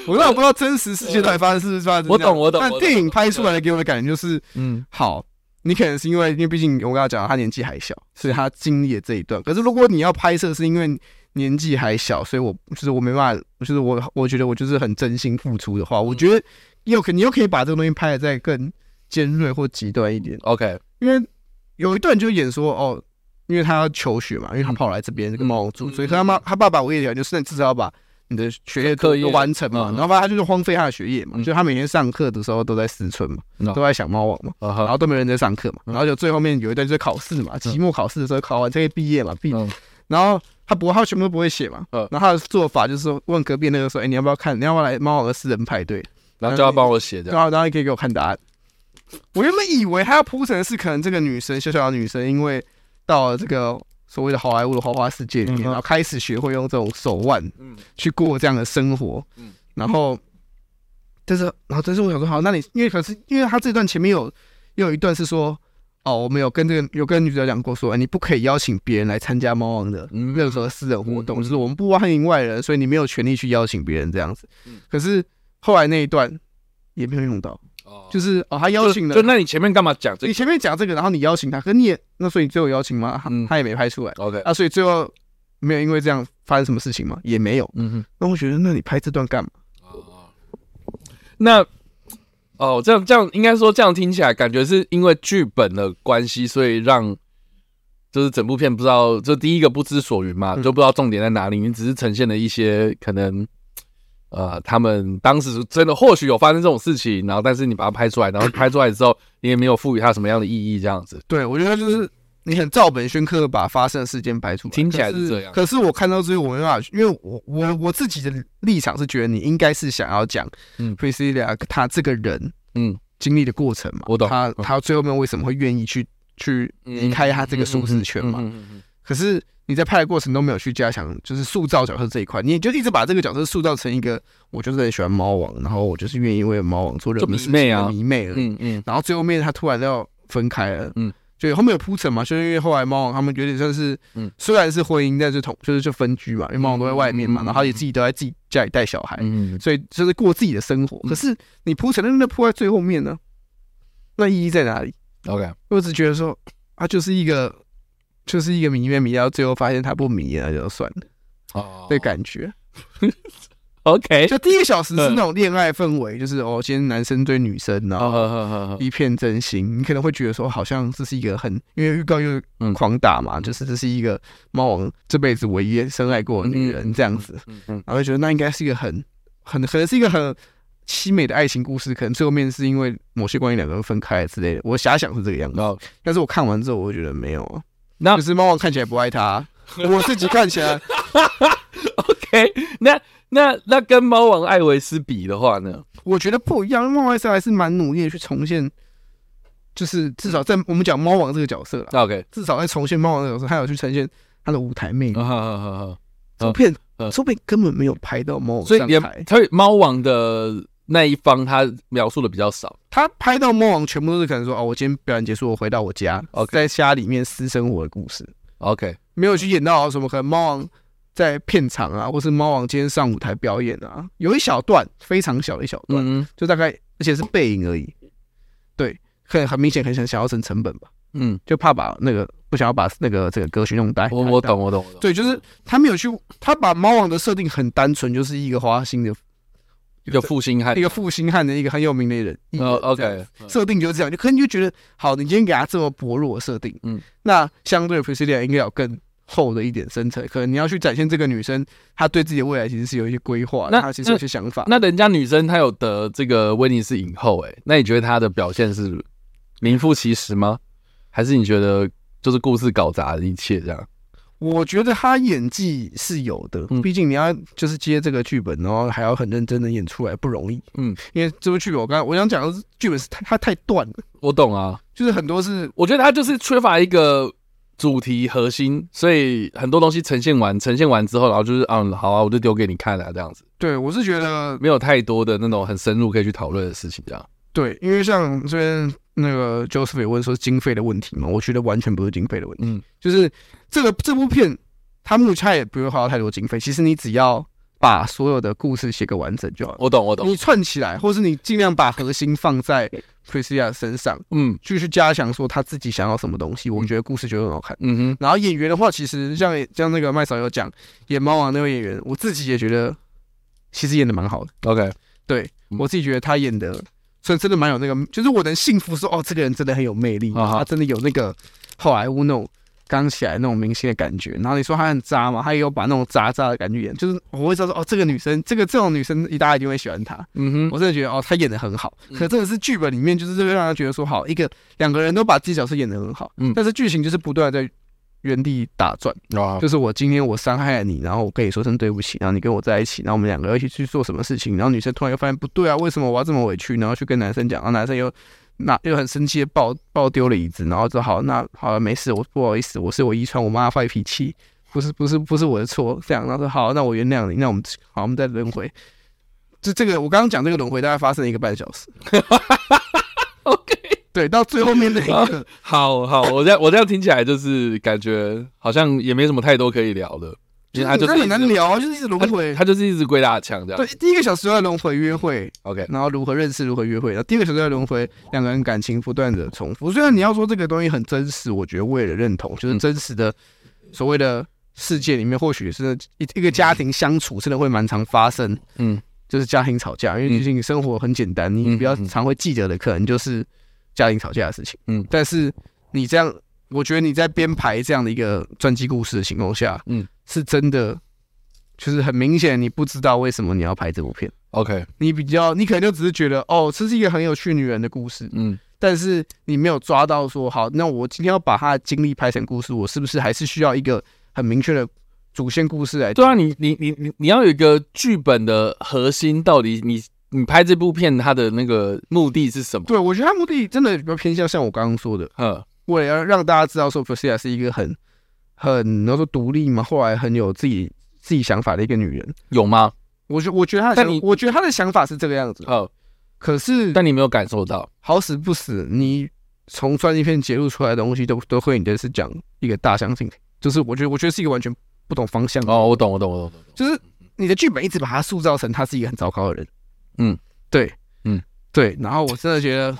S2: 我让我不知道真实世界到底发生是不是发生这样。
S1: 我懂我懂我
S2: 但
S1: 懂
S2: 电影拍出来的给我的感觉就是，
S1: 嗯
S2: 好，你可能是因为，因为毕竟我刚刚讲，他年纪还小，所以他经历了这一段。可是如果你要拍摄，是因为年纪还小，所以我就是我没办法，就是我我觉得我就是很真心付出的话，我觉得又可你又可以把这个东西拍的再更尖锐或极端一点。
S1: ，OK，
S2: 因为有一段就演说哦，因为他要求学嘛，因为他跑来这边跟猫王住，
S1: 嗯
S2: 所以他妈他爸爸我也讲，就是你至少要把你的学业都
S1: 课业
S2: 都完成嘛
S1: 嗯。嗯
S2: 然后反正他就是荒废他的学业嘛，
S1: 嗯
S2: 就他每天上课的时候都在思春嘛，
S1: 嗯
S2: 都在想猫王嘛。
S1: 啊
S2: 然
S1: 哈，
S2: 后都没有人在上课嘛，
S1: 嗯
S2: 然后就最后面有一段就是考试嘛，期末考试的时候考完才可以毕业嘛，毕，
S1: 嗯
S2: 然后他不他全部都不会写嘛，
S1: 嗯
S2: 然后他的做法就是说问隔壁那个说，哎，你要不要看，你要不要来猫王的私人派对？
S1: 然后就要帮我写这样，
S2: 然后然后你可以给我看答案。我原本以为他要铺陈的是可能这个女生小小的女生，因为到了这个所谓的好莱坞的花花世界里面，
S1: 嗯哼
S2: 然后开始学会用这种手腕
S1: 嗯
S2: 去过这样的生活，
S1: 嗯
S2: 然后，但是，然后，但是我想说，好，那你因为可是因为他这段前面有又有一段是说，哦，我们有跟这个有跟女主角讲过说，哎，你不可以邀请别人来参加猫王的
S1: 嗯
S2: 任何私人活
S1: 嗯
S2: 动，
S1: 嗯
S2: 就是我们不欢迎外人，所以你没有权利去邀请别人这样子
S1: 嗯。
S2: 可是后来那一段也没有用到，
S1: 哦
S2: 就是哦，他邀请
S1: 就
S2: 了，
S1: 那你前面干嘛讲这
S2: 你
S1: 个
S2: 前面讲这个，然后你邀请他，可是你也那所以你最后邀请吗？他
S1: 嗯
S2: 他也没拍出来
S1: ？OK，
S2: 啊，所以最后没有因为这样发生什么事情吗？也没有。
S1: 嗯哼。
S2: 那我觉得，那你拍这段干嘛？
S1: 那哦，这样这样应该说这样听起来，感觉是因为剧本的关系，所以让就是整部片不知道，就第一个不知所云嘛，
S2: 嗯
S1: 就不知道重点在哪里。你只是呈现了一些可能，呃，他们当时真的或许有发生这种事情，然后但是你把它拍出来，然后拍出来之后，你也没有赋予它什么样的意义，这样子。
S2: 对，我觉得就是你很照本宣科地把发生的事件摆出来，
S1: 听起来
S2: 可
S1: 是这样
S2: 可是我看到最后，我没办法去，因为我我我自己的立场是觉得你应该是想要讲，
S1: 嗯
S2: 嗯，Priscilla 他这个人
S1: 嗯
S2: 经历的过程嘛，
S1: 我懂
S2: 他
S1: 嗯
S2: 他最后面为什么会愿意去去离开他这个舒适圈嘛？
S1: 嗯嗯嗯嗯嗯
S2: 可是你在拍的过程都没有去加强，就是塑造角色这一块，你就一直把这个角色塑造成一个我就是很喜欢猫王，然后我就是愿意为猫王做任
S1: 就
S2: 何
S1: 迷
S2: 事情
S1: 妹啊
S2: 的迷妹了。
S1: 嗯嗯，
S2: 然后最后面他突然要分开了，
S1: 嗯
S2: 嗯，就后面有铺陈嘛，就是因为后来猫王他们有点像是，
S1: 嗯
S2: 嗯，虽然是婚姻，但是同就是就分居嘛，因为猫王都在外面
S1: 嗯
S2: 嘛，
S1: 嗯嗯
S2: 然后他也自己都在自己家里带小孩，
S1: 嗯，
S2: 所以就是过自己的生活。
S1: 嗯
S2: 可是你铺陈的那铺在最后面呢，那意义在哪里？
S1: OK，
S2: 我只觉得说，啊，就是一个就是一个迷恋迷到最后发现他不迷了，就算了
S1: 哦
S2: 的感觉。
S1: OK，
S2: 就第一个小时
S1: 嗯
S2: 是那种恋爱氛围，就是哦，今天男生追女生，然
S1: 好
S2: 后
S1: 好好好好，
S2: 一片真心，你可能会觉得说，好像这是一个很，因为预告又
S1: 嗯
S2: 狂打嘛，就是这是一个猫王这辈子唯一深爱过的女人这样子，
S1: 嗯嗯
S2: 然后就觉得那应该是一个很很可能是一个很凄美的爱情故事，可能最后面是因为某些关系两个人分开之类的，我遐想是这个样子，
S1: 哦
S2: 但是我看完之后，我就觉得没有啊，
S1: 那
S2: 就是猫王看起来不爱他，
S1: (laughs)
S2: 我自己看起来
S1: ，OK，那那那跟猫王艾维斯比的话呢？
S2: 我觉得不一样，猫王还是蛮努力的去重现，就是至少在我们讲猫王这个角色啦。
S1: OK，
S2: 至少在重现猫王的时候，他有去呈现他的舞台魅力。
S1: 嗯好好好好，
S2: 这部片
S1: 嗯
S2: 这部片根本没有拍到猫王
S1: 所以
S2: 上
S1: 连
S2: 台，
S1: 所以猫王的那一方他描述的比较少。
S2: 他拍到猫王全部都是可能说哦，我今天表演结束，我回到我家
S1: OK
S2: 在家里面私生活的故事，
S1: OK，
S2: 没有去演到什么可能猫王在片场啊，或是猫王今天上舞台表演啊，有一小段非常小的一小段，
S1: 嗯
S2: 就大概而且是背影而已。对，很很明显很想想要省成本吧，
S1: 嗯，
S2: 就怕把那个不想要把那个这个歌曲弄呆。
S1: 我我懂我懂我懂。
S2: 对，就是他没有去，他把猫王的设定很单纯，就是一个花心的，
S1: 一个负心汉
S2: 一。个负心汉的一个很有名的人。艺人
S1: 呃
S2: 这样
S1: 哎，OK，
S2: 设定就是这样，就可能你就觉得，好，你今天给他这么薄弱的设定，
S1: 嗯
S2: 嗯，那相对 Priscilla 应该有更厚的一点深层，可能你要去展现这个女生，她对自己的未来其实是有一些规划的，
S1: 那
S2: 她其实有些想法。
S1: 那人家女生她有得这个威尼斯影后，哎，那你觉得她的表现是名副其实吗？还是你觉得就是故事搞砸了一切这样？
S2: 我觉得她演技是有的
S1: 嗯，
S2: 毕竟你要就是接这个剧本，然后还要很认真的演出来，不容易。
S1: 嗯，
S2: 因为这部剧本我刚才我想讲的是剧本是太它太断了，
S1: 我懂啊，
S2: 就是很多是
S1: 我觉得她就是缺乏一个主题核心，所以很多东西呈现完，呈现完之后，然后就是嗯，好啊，我就丢给你看啊，这样子，
S2: 对，我是觉得
S1: 没有太多的那种很深入可以去讨论的事情，这样。
S2: 对，因为像这边那个 Joseph 也问说经费的问题嘛，我觉得完全不是经费的问题，
S1: 嗯
S2: 就是这个这部片，它目前也不会花到太多经费，其实你只要把所有的故事写个完整就好了，
S1: 我懂，我懂。
S2: 你串起来，或是你尽量把核心放在 Priscilla 身上，
S1: 嗯
S2: 继续加强说他自己想要什么东西，我觉得故事就会很好看。
S1: 嗯哼，
S2: 然后演员的话，其实像像那个麦嫂有讲演猫王那位演员，我自己也觉得其实演的蛮好的。
S1: OK，
S2: 对
S1: 嗯
S2: 我自己觉得他演的，所以真的蛮有那个，就是我能信服说，哦，这个人真的很有魅力，
S1: 啊哈
S2: 他真的有那个好莱坞那种刚起来那种明星的感觉。然后你说他很渣嘛，他也有把那种渣渣的感觉演，就是我会知道说，哦，这个女生，这个这种女生，大家一定会喜欢她。
S1: 嗯哼，
S2: 我真的觉得，哦，她演的很好，
S1: 嗯
S2: 可真的是剧本里面，就是会让他觉得说，好，一个两个人都把自己角色演的很好，
S1: 嗯
S2: 但是剧情就是不断地在原地打转。
S1: 啊，
S2: 就是我今天我伤害了你，然后我跟你说声对不起，然后你跟我在一起，然后我们两个一起去做什么事情，然后女生突然又发现不对啊，为什么我要这么委屈，然后去跟男生讲，啊然后男生又那又很生气的抱抱丢了椅子，然后说好那好了没事，我不好意思，我是我遗传我妈坏脾气，不是不是不是我的错，这样，然后说好那我原谅你，那我们好我们再轮回。就这个，我刚刚讲这个轮回大概发生了一个半小时。
S1: OK
S2: 对，到最后面的一个，
S1: 好好，我这样我这样听起来就是感觉好像也没什么太多可以聊的，因为他
S2: (laughs)
S1: 就是
S2: 你很难聊啊，就是一直轮回。
S1: 他就是一直鬼打墙这
S2: 对
S1: 样。，
S2: 第一个小时都在轮回约会，
S1: OK，
S2: 然后如何认识，如何约会。然后第二个小时在轮回，两个人感情不断的重复。虽然你要说这个东西很真实，我觉得为了认同，
S1: 嗯
S2: 就是真实的所谓的世界里面，或许是一一个家庭相处真的会蛮常发生，
S1: 嗯，
S2: 就是家庭吵架，因为
S1: 嗯
S2: 毕竟生活很简单，
S1: 嗯
S2: 你比较
S1: 嗯嗯
S2: 常会记得的可能就是家庭吵架的事情。
S1: 嗯
S2: 但是你这样，我觉得你在编排这样的一个传记故事的情况下，
S1: 嗯，
S2: 是真的，就是很明显你不知道为什么你要拍这部片。
S1: OK，
S2: 你比较，你可能就只是觉得哦，这是一个很有趣女人的故事，
S1: 嗯
S2: 但是你没有抓到说，好，那我今天要把她的经历拍成故事，我是不是还是需要一个很明确的主线故事来？
S1: 对啊，你你你你你要有一个剧本的核心，到底你你拍这部片它的那个目的是什么？
S2: 对，我觉得他目的真的比较偏向像我刚刚说的，
S1: 嗯
S2: 为了要让大家知道说 Priscilla 是一个很很你要说独立嘛，后来很有自己自己想法的一个女人。
S1: 有吗？
S2: 我觉我觉得她的
S1: 但
S2: 想
S1: 你
S2: 我觉得她的想法是这个样子，
S1: 呃，
S2: 可是
S1: 但你没有感受到，
S2: 好死不死，你从专辑片揭露出来的东西都都会，你的是讲一个大相径庭，就是我觉得我觉得是一个完全不同方向的
S1: 哦，我懂，我懂，我懂，我懂。
S2: 就是你的剧本一直把他塑造成他是一个很糟糕的人。
S1: 嗯，
S2: 对，
S1: 嗯，
S2: 对。然后我真的觉得，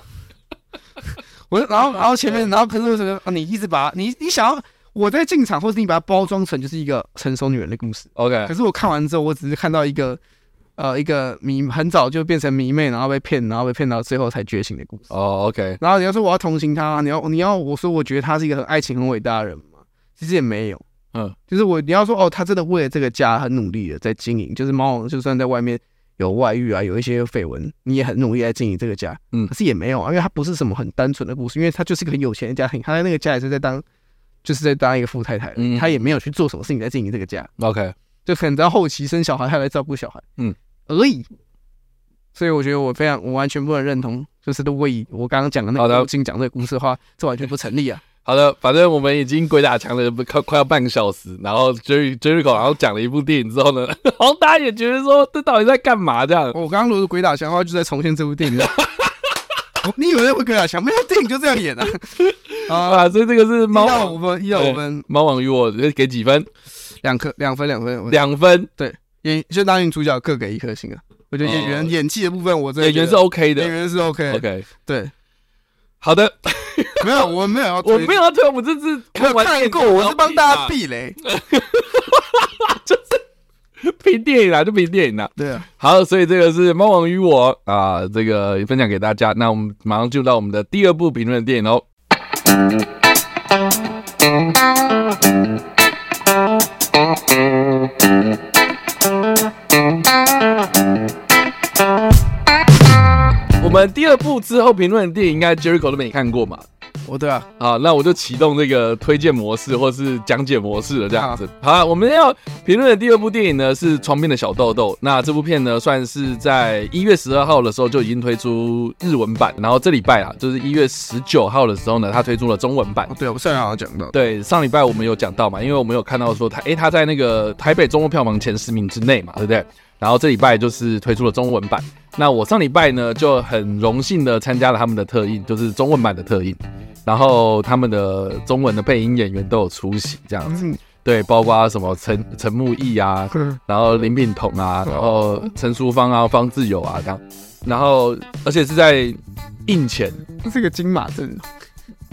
S2: 我然后然后前面然后可是为什么啊你一直把你你想要我在进场，或是你把它包装成就是一个成熟女人的故事。可
S1: OK，
S2: 是我看完之后，我只是看到一个呃一个迷很早就变成迷妹，然后被骗，然后被骗到最后才觉醒的故事。
S1: 哦，OK，
S2: 然后你要说我要同情他，你要你要我说我觉得他是一个很爱情很伟大的人嘛，其实也没有，
S1: 嗯，
S2: 就是我你要说哦，他真的为了这个家很努力的在经营，就是猫王就算在外面有外遇啊，有一些绯闻，你也很努力在经营这个家，
S1: 嗯
S2: 可是也没有啊，因为他不是什么很单纯的故事，因为他就是一个很有钱的家庭，他在那个家也是在当就是在当一个富太太的，
S1: 嗯
S2: 他也没有去做什么事情在经营这个家，
S1: ，OK，
S2: 就可能到后期生小孩还来照顾小孩，
S1: 嗯，
S2: 而已。所以我觉得我非常，我完全不能认同，就是如果以我刚刚讲的那
S1: 好
S2: 个
S1: 的
S2: 路径讲这个故事的话，这完全不成立啊。
S1: 好的，反正我们已经鬼打墙了，不快快要半个小时，然后 Jerry Jerry 然后讲了一部电影之后呢， (laughs) 然后大家也觉得说这到底在干嘛这样？
S2: 哦我刚刚如果是鬼打墙的话，就在重现这部电
S1: (laughs)
S2: 影。我你以为会鬼打墙？没有，电影就这样演的啊。啊，
S1: 啊，所以这个是 (laughs)
S2: 依
S1: 猫
S2: 照我
S1: 王
S2: 们依照我们
S1: 猫王与我给几分？
S2: 两颗两分两分，我
S1: 两分，
S2: 演就当女主角各给一颗星啊。我觉得演员
S1: 哦
S2: 演技的部分，我真的
S1: 演
S2: 觉
S1: 员
S2: 得
S1: 是 OK
S2: 演
S1: 的
S2: 员是 OK，
S1: ，OK。
S2: 对，
S1: 好的，
S2: 没有我没有要推，
S1: 我没有要推，我这是
S2: 没有
S1: 完电
S2: (laughs) 看
S1: 影
S2: 过，我是帮大家
S1: 评
S2: 避雷。
S1: (laughs) 评电影啦，就评电影啦。
S2: 对啊，
S1: (laughs) 好，所以这个是《猫王与我》啊、这个分享给大家。那我们马上进入到我们的第二部评论的电影哦。我们第二部之后评论的电影，应该 Jericho 都没看过嘛？
S2: 我对啊。
S1: 啊，那我就启动这个推荐模式或是讲解模式了，这样子。好啊，我们要评论的第二部电影呢是《床边的小豆豆》。那这部片呢，算是在一月十二号的时候就已经推出日文版，然后这礼拜啊，就是一月十九号的时候呢，它推出了中文版
S2: 哦，。对啊，我上来好像讲到，
S1: 对，上礼拜我们有讲到嘛，因为我们有看到说它，诶，它在那个台北周末票房前十名之内嘛，对不对？然后这礼拜就是推出了中文版。那我上礼拜呢就很荣幸的参加了他们的特映，就是中文版的特映，然后他们的中文的配音演员都有出席，这样子。
S2: 嗯，
S1: 对，包括什么陈陈木易啊，然后林炳彤啊，然后陈淑芳啊，方志友啊，这样。然后而且是在映前，
S2: 这是个金马阵容，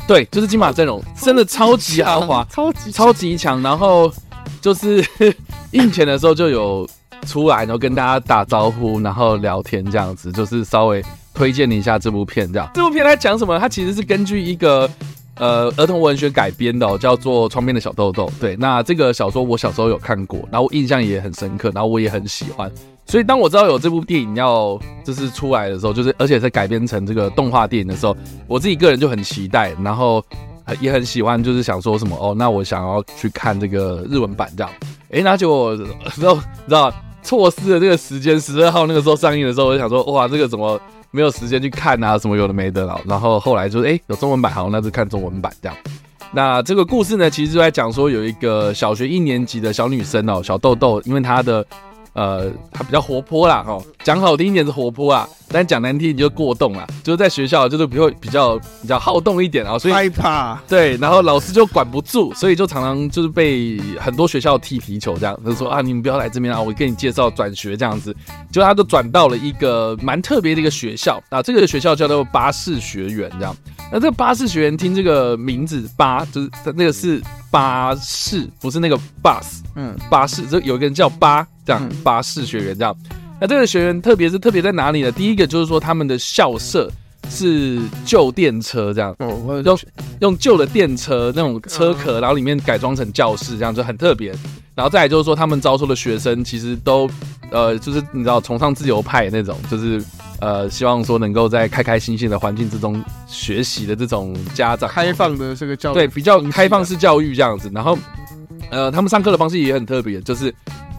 S1: 对，就是金马阵容，真的超级豪华。
S2: (laughs) 超级
S1: 超级强，然后就是 (laughs) 印钱的时候就有出来，然后跟大家打招呼，然后聊天这样子，就是稍微推荐一下这部片这样。这部片它讲什么？它其实是根据一个。呃，儿童文学改编的、哦、叫做《窗边的小豆豆》。对，那这个小说我小时候有看过，然后我印象也很深刻，然后我也很喜欢。所以当我知道有这部电影要就是出来的时候，就是而且是改编成这个动画电影的时候，我自己个人就很期待，然后呃也很喜欢，就是想说什么哦，那我想要去看这个日文版这样。诶， (laughs) 那结果然后你知道错失了这个时间，十二号那个时候上映的时候，我就想说哇，这个怎么没有时间去看啊，什么有的没的了。然后后来就是诶，有中文版，好，那就看中文版这样。那这个故事呢，其实就在讲说有一个小学一年级的小女生哦，小豆豆，因为她的呃，她比较活泼啦，哦，讲好听一点是活泼啦，但讲难听一点就过动啦，就是在学校就是比较比较比较好动一点啊、哦，所以
S2: 害怕，
S1: 对，然后老师就管不住，所以就常常就是被很多学校踢皮球，这样就说啊，你们不要来这边啊，我给你介绍转学这样子。就他就转到了一个蛮特别的一个学校啊，这个学校叫做巴士学园这样。那这个巴士学园听这个名字巴，就是它那个是巴士，不是那个 bus
S2: 嗯，
S1: 巴士，这有一个人叫巴这样
S2: 嗯，
S1: 巴士学员这样。那这个学员特别是特别在哪里呢？第一个就是说他们的校舍是旧电车这样。
S2: 哦，我
S1: 用用旧的电车那种车壳，然后里面改装成教室，这样就很特别。然后再来就是说，他们招收的学生其实都，呃，就是你知道崇尚自由派那种，就是呃，希望说能够在开开心心的环境之中学习的这种家长，
S2: 开放的这个教育，啊
S1: 对，比较开放式教育这样子。然后，呃，他们上课的方式也很特别，就是。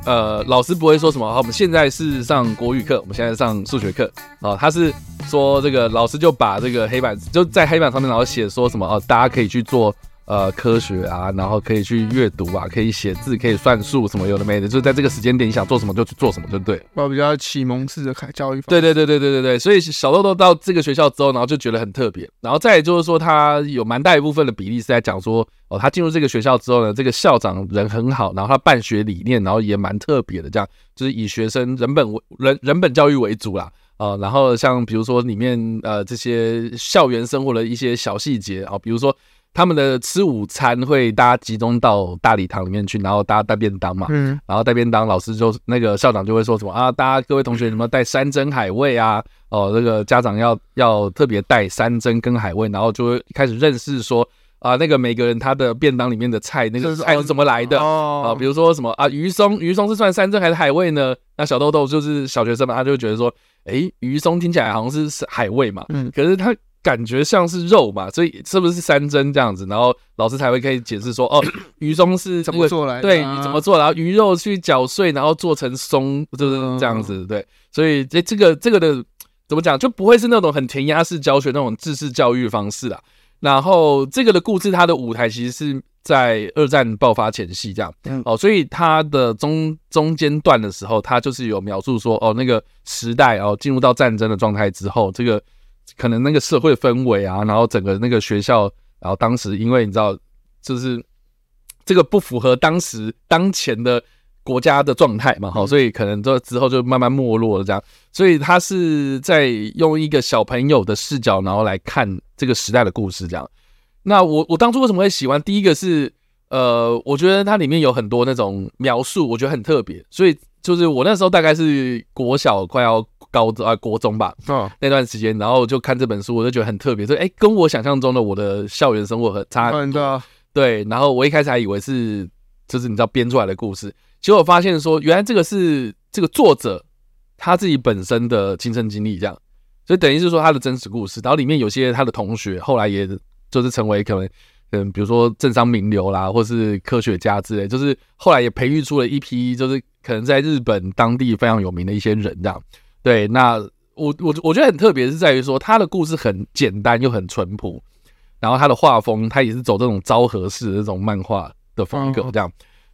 S1: 呃，老师不会说什么，好，我们现在是上国语课，我们现在上数学课，哦，他是说这个老师就把这个黑板就在黑板上面，然后写说什么哦，大家可以去做呃科学啊，然后可以去阅读啊，可以写字，可以算数什么有的没的，就是在这个时间点你想做什么就去做什么就对了。
S2: 我哦比较启蒙式的开教育方
S1: 对
S2: 式。
S1: 对对对对对对，所以小豆豆到这个学校之后，然后就觉得很特别，然后再来就是说，他有蛮大一部分的比例是在讲说，哦，他进入这个学校之后呢，这个校长人很好，然后他办学理念，然后也蛮特别的，这样就是以学生人本为 (laughs) 人人本教育为主啦。啊，然后像比如说里面呃这些校园生活的一些小细节啊、比如说他们的吃午餐会大家集中到大礼堂里面去，然后大家带便当嘛，
S2: 嗯，
S1: 然后带便当，老师就那个校长就会说什么啊，大家各位同学有没有带山珍海味啊？哦，那个家长要要特别带山珍跟海味，然后就会开始认识说啊，那个每个人他的便当里面的菜那个
S2: 这是
S1: 菜是怎么来的。啊，
S2: 哦
S1: 比，如说什么啊，鱼松，鱼松是算山珍还是海味呢？那小豆豆就是小学生嘛，他就会觉得说，诶，鱼松听起来好像是海味嘛，
S2: 嗯
S1: 可是它感觉像是肉嘛，所以是不是山珍这样子？然后老师才会可以解释说，哦，鱼松是
S2: 怎
S1: 那个
S2: 么做来的？啊
S1: 对，你怎么？做？然后鱼肉去搅碎，然后做成松，就是
S2: 嗯
S1: 这样子。对，所以这这个这个的怎么讲，就不会是那种很填鸭式教学那种知识教育方式啦。然后这个的故事，它的舞台其实是在二战爆发前夕这样
S2: 嗯
S1: 哦，所以它的中中间段的时候，它就是有描述说哦，那个时代哦进入到战争的状态之后，这个可能那个社会氛围啊，然后整个那个学校，然后当时因为你知道就是这个不符合当时当前的国家的状态嘛，哈，所以可能这之后就慢慢没落了这样。所以他是在用一个小朋友的视角，然后来看这个时代的故事这样。那我我当初为什么会喜欢？第一个是呃，我觉得它里面有很多那种描述，我觉得很特别，所以就是我那时候大概是国小快要高中啊、国中吧，
S2: 哦，
S1: 那段时间，然后就看这本书，我就觉得很特别，所以哎、跟我想象中的我的校园生活很差
S2: 嗯，对啊，
S1: 对，然后我一开始还以为是就是你知道编出来的故事，结果发现说原来这个是这个作者他自己本身的亲身经历，这样，所以等于是说他的真实故事。然后里面有些他的同学后来也就是成为可能嗯，比如说政商名流啦，或是科学家之类，就是后来也培育出了一批就是可能在日本当地非常有名的一些人这样。对，那我我我觉得很特别是在于说他的故事很简单又很淳朴，然后他的画风，他也是走这种昭和式的这种漫画的风格
S2: 嗯
S1: 这样，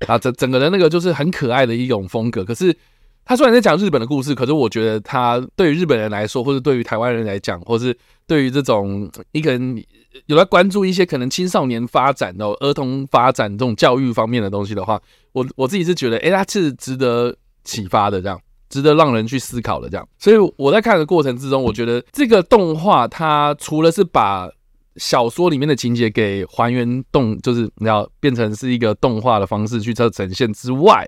S1: 啊，整整个的那个就是很可爱的一种风格。可是他虽然在讲日本的故事，可是我觉得他对于日本人来说，或者对于台湾人来讲，或是对于这种呃一个人有在关注一些可能青少年发展哦、儿童发展这种教育方面的东西的话，我我自己是觉得，诶，他是值得启发的这样。值得让人去思考的这样。所以我在看的过程之中，我觉得这个动画它除了是把小说里面的情节给还原动，就是你要变成是一个动画的方式去做呈现之外，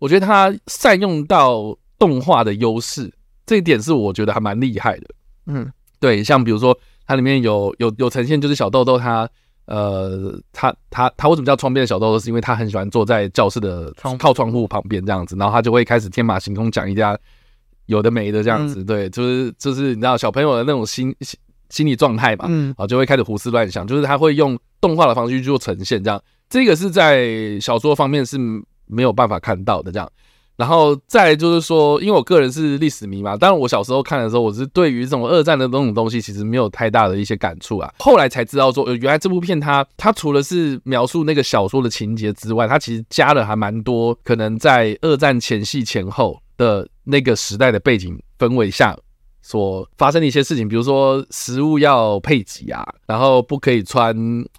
S1: 我觉得它善用到动画的优势，这一点是我觉得还蛮厉害的。
S2: 嗯，
S1: 对，像比如说它里面有有有呈现，就是小豆豆他呃他他他为什么叫窗边的小豆豆，是因为他很喜欢坐在教室的
S2: 窗户
S1: 靠窗户旁边这样子，然后他就会开始天马行空讲一家有的没的这样子，对，就是就是你知道小朋友的那种心心心理状态嘛，
S2: 嗯，
S1: 啊，就会开始胡思乱想，就是他会用动画的方式去做呈现，这样这个是在小说方面是没有办法看到的这样。然后再来就是说，因为我个人是历史迷嘛，当然我小时候看的时候，我是对于这种二战的那种东西其实没有太大的一些感触啊。后来才知道说，呃原来这部片它它除了是描述那个小说的情节之外，它其实加了还蛮多可能在二战前戏前后的那个时代的背景氛围下所发生的一些事情，比如说食物要配给啊，然后不可以穿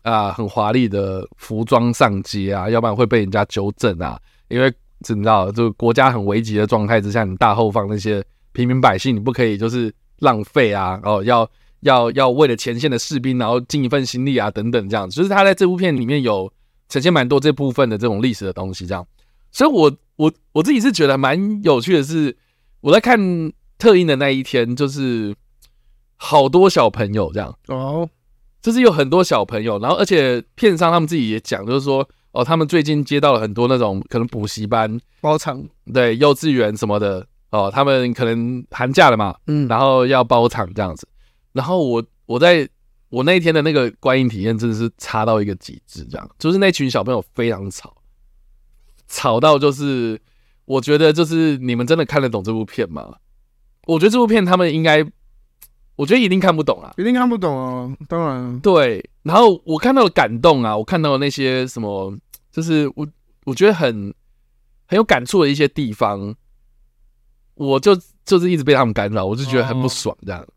S1: 啊、很华丽的服装上街啊，要不然会被人家纠正啊。因为知你知道，就国家很危急的状态之下，你大后方那些平民百姓，你不可以就是浪费啊，哦，要要要为了前线的士兵，然后尽一份心力啊，等等这样子。就是他在这部片里面有呈现蛮多这部分的这种历史的东西，这样。所以我我我自己是觉得蛮有趣的是，我在看特映的那一天，就是好多小朋友这样，
S2: 哦，
S1: 就是有很多小朋友，然后而且片商他们自己也讲，就是说哦，他们最近接到了很多那种可能补习班、
S2: 包场，
S1: 对幼稚园什么的哦，他们可能寒假了嘛，
S2: 嗯，
S1: 然后要包场这样子。然后我我在我那一天的那个观影体验真的是差到一个极致，这样就是那群小朋友非常吵，吵到就是我觉得就是你们真的看得懂这部片吗？我觉得这部片他们应该，我觉得一定看不懂啊啦。
S2: 一定看不懂哦，当然
S1: 对，然后我看到了感动啊，我看到了那些什么，就是我我觉得很很有感触的一些地方，我就就是一直被他们干扰，我就觉得很不爽这样。
S2: 嗯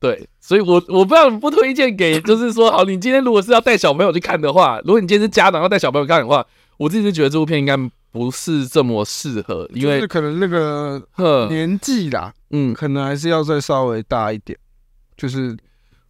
S1: 对，所以我我不知道不推荐给，就是说，好，你今天如果是要带小朋友去看的话，如果你今天是家长要带小朋友看的话，我自己是觉得这部片应该不是这么适合，因
S2: 就
S1: 为呃
S2: 是可能那个
S1: 呵，
S2: 年纪啦，
S1: 嗯，
S2: 可能还是要再稍微大一点，就是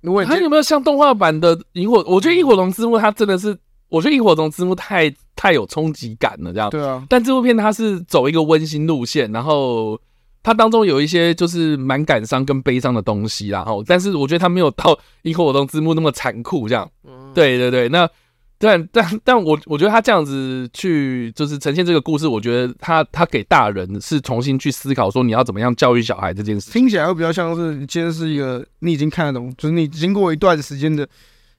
S2: 如果你
S1: 还有没有像动画版的《萤火》？我觉得《萤火虫之墓》它真的是，我觉得《萤火虫之墓》太太有冲击感了，这样。
S2: 对啊，
S1: 但这部片它是走一个温馨路线，然后它当中有一些就是蛮感伤跟悲伤的东西啦，后但是我觉得它没有到《萤火虫之墓》那么残酷，这样。对对对，那但但但我我觉得他这样子去就是呈现这个故事，我觉得他他给大人是重新去思考说你要怎么样教育小孩这件事情。
S2: 听起来会比较像是你今天是一个你已经看得懂，就是你经过一段时间的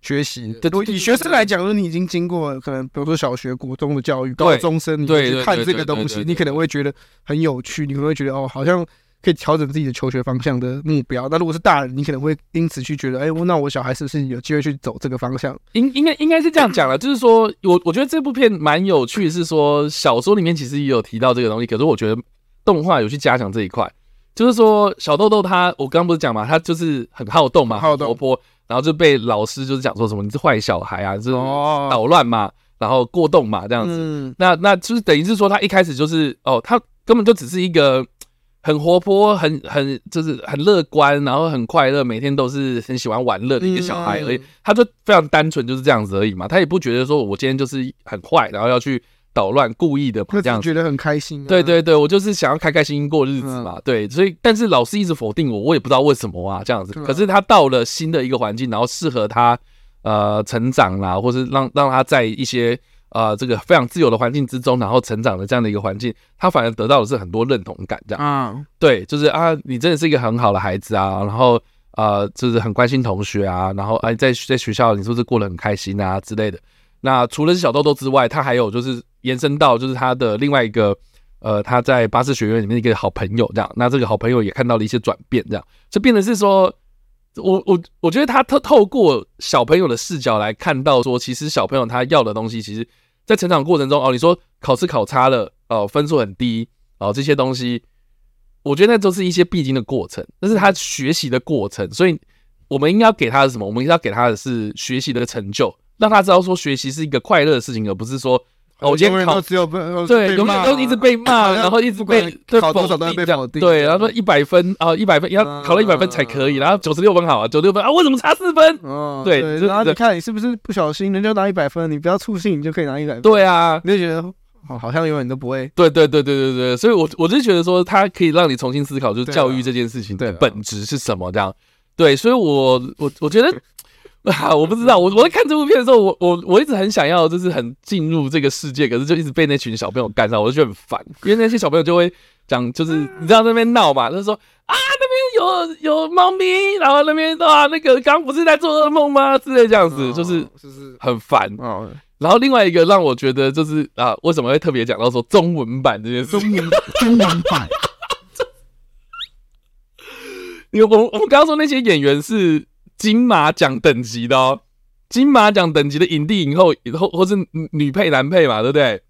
S2: 学习。
S1: 对
S2: 如果
S1: 对
S2: 以
S1: 对
S2: 学生来讲，就是你已经经过可能比如说小学、国中的教育，
S1: 对
S2: 高中生你
S1: 对
S2: 去
S1: 对
S2: 看
S1: 对
S2: 这
S1: 对
S2: 个
S1: 对
S2: 东
S1: 对
S2: 西，
S1: 对
S2: 你可能会觉得很有趣，你可能会觉得哦，好像可以调整自己的求学方向的目标。那如果是大人，你可能会因此去觉得，哎，我那我小孩是不是有机会去走这个方向？
S1: 应应该应该是这样
S2: (coughs)
S1: 讲了，就是说我我觉得这部片蛮有趣，是说小说里面其实也有提到这个东西，可是我觉得动画有去加强这一块，就是说小豆豆他我刚刚不是讲嘛，他就是很好动嘛，
S2: 好动
S1: 很活泼，然后就被老师就是讲说什么你是坏小孩啊，就是
S2: 哦，
S1: 捣乱嘛，然后过动嘛这样子，
S2: 嗯，
S1: 那那就是等于是说，他一开始就是哦，他根本就只是一个很活泼、很很就是很乐观，然后很快乐，每天都是很喜欢玩乐的一个小孩而已。
S2: 嗯
S1: 他就非常单纯，就是这样子而已嘛。他也不觉得说我今天就是很坏，然后要去捣乱，故意的
S2: 那
S1: 这样
S2: 你
S1: 子。
S2: 觉得很开心、啊？嗯
S1: 对对对，我就是想要开开心心过日子嘛。对，所以但是老师一直否定我，我也不知道为什么啊，这样子。
S2: 对啊
S1: 可是他到了新的一个环境，然后适合他呃成长啦，或是让让他在一些呃这个非常自由的环境之中，然后成长的这样的一个环境，他反而得到的是很多认同感，这样。
S2: 啊，
S1: 对，就是啊，你真的是一个很好的孩子啊，然后呃，就是很关心同学啊，然后哎、在在学校你是不是过得很开心啊之类的。那除了是小豆豆之外，他还有就是延伸到就是他的另外一个呃，他在巴士学院里面一个好朋友这样。那这个好朋友也看到了一些转变，这样就变得是说，我我我觉得他透透过小朋友的视角来看到说，其实小朋友他要的东西，其实在成长过程中哦，你说考试考差了哦，分数很低哦，这些东西，我觉得那都是一些必经的过程，那是他学习的过程，所以我们应该要给他的是什么？我们应该要给他的是学习的成就，让他知道说学习是一个快乐的事情，而不是说哦，我今天
S2: 永远
S1: 考
S2: 都只有被都是
S1: 对，
S2: 被
S1: 永远
S2: 骂
S1: 都一直被骂，
S2: 好像
S1: 然后一直
S2: 不管
S1: 被对
S2: 考多少都
S1: 定
S2: 会被
S1: 这样
S2: 否定
S1: 对，然后说一百分啊，一百分要考了一百分才可以，然后九十六分好啊，九十六分啊，为什么差四分？
S2: 哦，
S1: 对就是
S2: 然后
S1: 这
S2: 你看你是不是不小心，人家拿一百分，你不要粗心，你就可以拿一百分，
S1: 对啊，
S2: 你就觉得哦，好像永远都不会。
S1: 对对对对对对，所以我我就觉得说，它可以让你重新思考，就是
S2: 对啊
S1: 教育这件事情
S2: 对
S1: 的
S2: 啊
S1: 本质是什么这样。对，所以我我我觉得。 (laughs) 啊，我不知道，我我在看这部片的时候，我我我一直很想要，就是很进入这个世界，可是就一直被那群小朋友干扰，我就觉得很烦，因为那些小朋友就会讲，就是
S2: 嗯
S1: 你知道那边闹嘛，就是说啊那边有有猫咪，然后那边啊那个刚不是在做噩梦吗之类这样子，就是
S2: 哦就是
S1: 很烦。
S2: 哦，
S1: 然后另外一个让我觉得就是啊，为什么会特别讲到说中文版这件事？
S2: 文中文版
S1: 因为我我们刚刚说那些演员是金马奖等级的哦，金马奖等级的影帝、影后、以后或是女女配、男配嘛，对不对？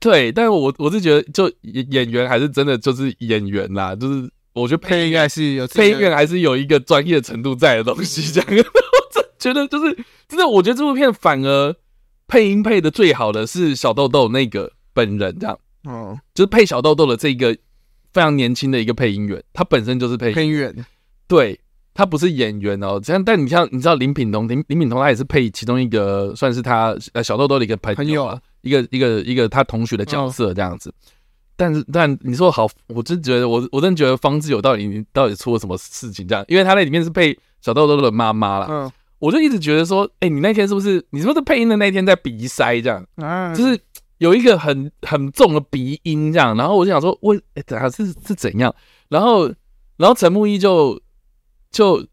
S1: 对，但我我是觉得，就演演员还是真的就是演员啦，就是我觉得配
S2: (laughs) 配应该是有自己
S1: 配
S2: 的
S1: 音嗯员还是有一个专业程度在的东西，这样。 (laughs) 我真觉得就是真的，我觉得这部片反而配音配的最好的是小豆豆那个本人，这样
S2: 哦，
S1: 就是配小豆豆的这个非常年轻的一个配音员，他本身就是配音员
S2: 配音员
S1: 对他不是演员哦，这样，但你像你知道林品彤，林林品彤他也是配其中一个算是他呃小豆豆的一个朋友啊，
S2: 朋友啊嗯
S1: 一个一个一个他同学的角色这样子。但是但你说好，我真觉得我我真觉得方志友到底你到底出了什么事情这样？因为他在里面是配小豆豆的妈妈啦，
S2: 嗯
S1: 我就一直觉得说，哎、你那天是不是你是不是配音的那天在鼻塞这样？
S2: 啊，
S1: 就是有一个很很重的鼻音这样，然后我就想说，我哎、等下是是怎样？然后然后陈木易就就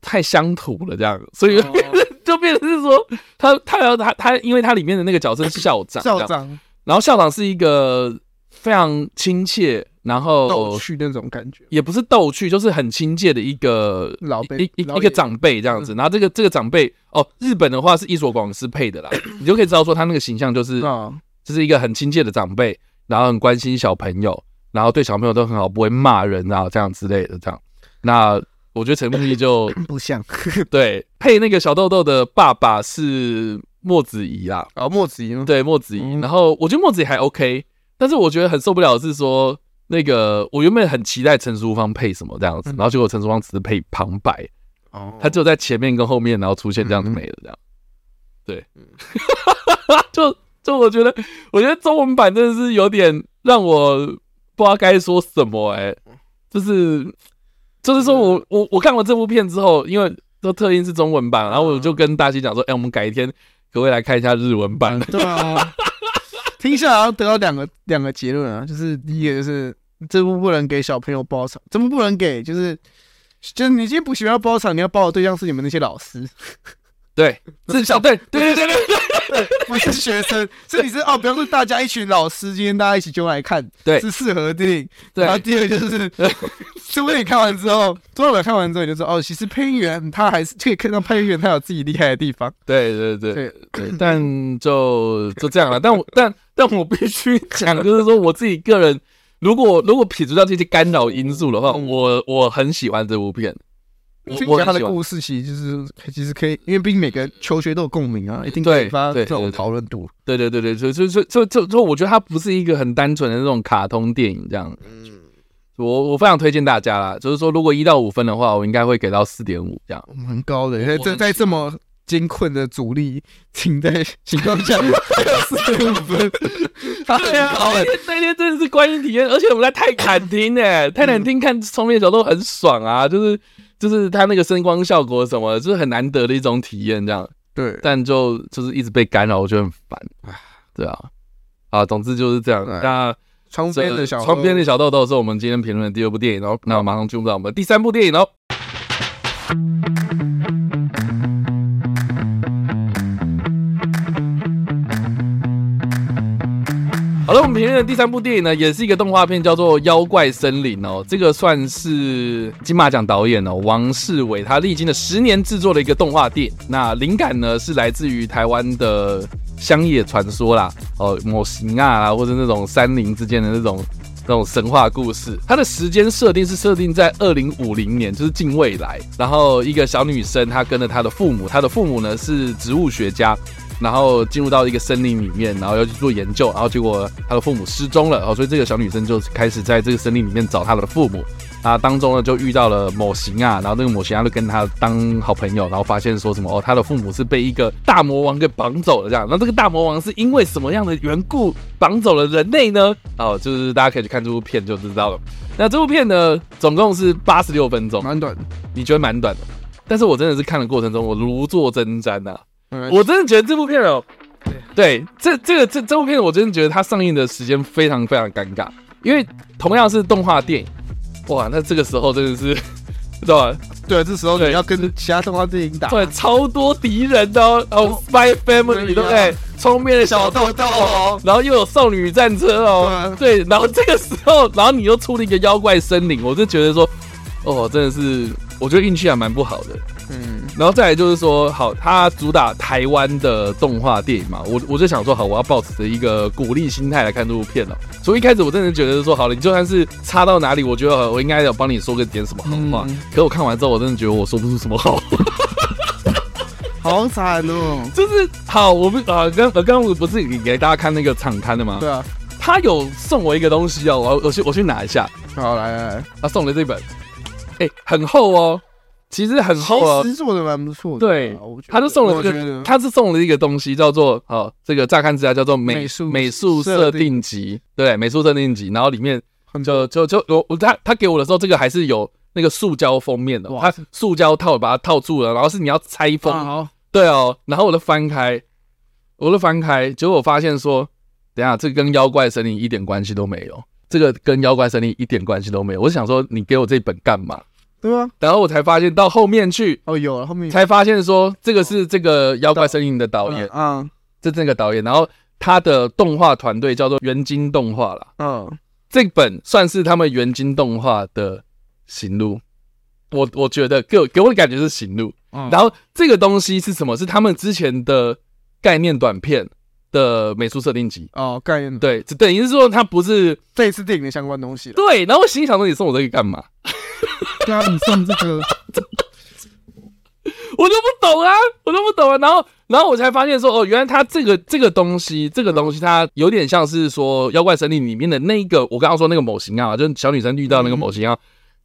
S1: 太乡土了这样，所以、
S2: 哦
S1: (laughs) 就变成是说他他要他他，因为他里面的那个角色是校长，这
S2: 校
S1: 样
S2: 长
S1: 然后校长是一个非常亲切，然后
S2: 逗趣那种感觉，
S1: 也不是逗趣，就是很亲切的一个
S2: 老辈
S1: 一一
S2: 老
S1: 一个
S2: 爷嗯
S1: 长辈这样子。然后这个这个长辈哦，日本的话是伊佐广司配的啦，你就可以知道说他那个形象就是
S2: 啊，
S1: 就是一个很亲切的长辈，然后很关心小朋友，然后对小朋友都很好，不会骂人啊这样之类的这样。那我觉得陈木易
S2: (laughs)
S1: 就
S2: 不像
S1: 对配那个小豆豆的爸爸是莫子仪啦，
S2: 啊，墨子怡吗？
S1: 对莫子仪，
S2: 嗯
S1: 然后我觉得莫子仪还 OK，但是我觉得很受不了的是说那个我原本很期待陈淑芳配什么这样子，
S2: 嗯
S1: 然后结果陈淑芳只是配旁白，
S2: 哦，
S1: 她只有在前面跟后面，然后出现这样子没了这样，对， (laughs) 就就我觉得我觉得中文版真的是有点让我不知道该说什么哎、就是就是说我我我看完这部片之后，因为都特映是中文版，然后我就跟大西讲说，哎、我们改天。可不可以来看一下日文版？ (laughs)
S2: 对啊，听下来好像得到两个两个结论啊，就是第一个就是这部不能给小朋友包场，这部不能给就是就是你今天补习班要包场，你要包的对象是你们那些老 (laughs) 师，
S1: 对，是小对对对对对
S2: 不是学生，是你是哦，不要是大家一群老师，今天大家一起就来看，
S1: 对
S2: 是适合的电影。
S1: 对
S2: 然后第二个 (laughs) 就是，这部电影看完之后，多少人看完之后你就说哦，其实配音员他还是可以看到配音员他有自己厉害的地方，
S1: 对对对对
S2: 对，
S1: 对，但就就这样了。但
S2: (laughs)
S1: 我但但我必须讲，就是说我自己个人，如果如果撇除掉这些干扰因素的话，
S2: 嗯
S1: 我我很喜欢这部片，我
S2: 听起
S1: 我
S2: 来他
S1: 很
S2: 的
S1: 喜欢。
S2: 故事其实就是其实可以，因为毕竟每个求学都有共鸣啊，一定可以
S1: 对
S2: 发
S1: 对
S2: 这
S1: 对
S2: 种
S1: 对
S2: 讨论度。
S1: 对对对对，就就就就就就我觉得它不是一个很单纯的那种卡通电影这样。
S2: 嗯
S1: 我我非常推荐大家啦，就是说如果一到五分的话，我应该会给到四点五这样。
S2: 蛮高的，在
S1: 我
S2: 这
S1: 很
S2: 在
S1: 喜
S2: 这么艰困的阻力情在情况下，四点五
S1: (laughs)
S2: 分，
S1: 对啊，那天那天真的是观影体验，而且我们在泰坦厅哎，泰坦厅看冲面小豆很爽
S2: (laughs)
S1: 啊，就是就是它那个声光效果什么的，就是很难得的一种体验这样，
S2: 对，
S1: 但就就是一直被干扰，我觉得很烦。对啊，啊，总之就是这样。
S2: 对
S1: 那
S2: 窗边的小
S1: 床边的小豆豆是我们今天评论的第二部电影哦，那马上进入到我们第三部电影哦。好了，我们评论的第三部电影呢，也是一个动画片，叫做《妖怪森林》哦。这个算是金马奖导演哦王世伟他历经了十年制作的一个动画电影。那灵感呢是来自于台湾的乡野传说啦，哦，某型啊啦，或者那种山林之间的那种那种神话故事。它的时间设定是设定在二零五零年，就是近未来。然后一个小女生，她跟着她的父母，她的父母呢是植物学家，然后进入到一个森林里面，然后要去做研究，然后结果她的父母失踪了，哦，所以这个小女生就开始在这个森林里面找她的父母。啊，当中呢就遇到了某型啊，然后那个某型啊就跟他当好朋友，然后发现说什么哦，他的父母是被一个大魔王给绑走了这样。那这个大魔王是因为什么样的缘故绑走了人类呢？哦，就是大家可以去看这部片就知道了。那这部片呢，总共是八十六分钟，
S2: 蛮短的，
S1: 你觉得蛮短的，但是我真的是看的过程中，我如坐针毡啊呐、
S2: 嗯
S1: 我真的觉得这部片哦，对，这这个这这部片，我真的觉得它上映的时间非常非常尴尬，因为同样是动画电影，哇，那这个时候真的是，知道吧？
S2: 对，这时候
S1: 对
S2: 你要跟其他动画电影打，
S1: 对，超多敌人的哦，哦，Spy Family 对不对？聪明的小豆豆哦，然后又有少女战车哦，对，然后这个时候，然后你又出了一个妖怪森林，我就觉得说，哦，真的是，我觉得运气还蛮不好的。
S2: 嗯，
S1: 然后再来就是说，好，它主打台湾的动画电影嘛，我我就想说，好，我要抱持着一个鼓励心态来看这部片了。哦所以一开始我真的觉得说，好了，你就算是差到哪里，我觉得呃我应该要帮你说个点什么好话。
S2: 嗯
S1: 可我看完之后，我真的觉得我说不出什么好话。
S2: 好惨哦，
S1: (laughs) 就是好，我们啊，刚刚刚我不是给大家看那个场刊的吗？
S2: 对啊，
S1: 他有送我一个东西哦，我我去我去拿一下，
S2: 好来来来，
S1: 他送了这本，哎、很厚哦，其实很厚哦
S2: 其。实做的蛮不错的啊，
S1: 对
S2: 我觉得，
S1: 他就送了
S2: 我
S1: 这
S2: 觉
S1: 个，
S2: 得
S1: 他是送了一个东西，叫做哦，这个乍看之下叫做美
S2: 美术
S1: 美术
S2: 设
S1: 设
S2: 定
S1: 定集，对，美术设定集，然后里面
S2: 很
S1: 就就就我我他他给我的时候，这个还是有那个塑胶封面的，
S2: 哇
S1: 它塑胶套把它套住了，然后是你要拆封，
S2: 啊好，
S1: 对哦，然后我就翻开，我就翻开，结果我发现说，等一下这跟妖怪森林一点关系都没有，这个跟妖怪森林一点关系都没有。我就想说，你给我这本干嘛？
S2: 对啊，
S1: 然后我才发现到后面去，
S2: 哦有了后面
S1: 才发现说这个是这个妖怪森林的导演，
S2: 啊
S1: 这是那个导演，然后他的动画团队叫做元金动画啦。
S2: 嗯
S1: 这本算是他们原金动画的行路，我我觉得给我给我的感觉是行路。
S2: 嗯
S1: 然后这个东西是什么？是他们之前的概念短片的美术设定集。
S2: 哦，概念
S1: 对，只等于是说它不是
S2: 这一次电影的相关东西了。
S1: 对。然后我心里想说，你送我这个干嘛？
S2: 对啊，你送这个，
S1: 我都不懂啊，我都不懂啊。然后，然后我才发现说，哦，原来它这个这个东西，这个东西它有点像是说《妖怪森林》里面的那一个，我刚刚说那个某型啊，就是小女生遇到那个某型啊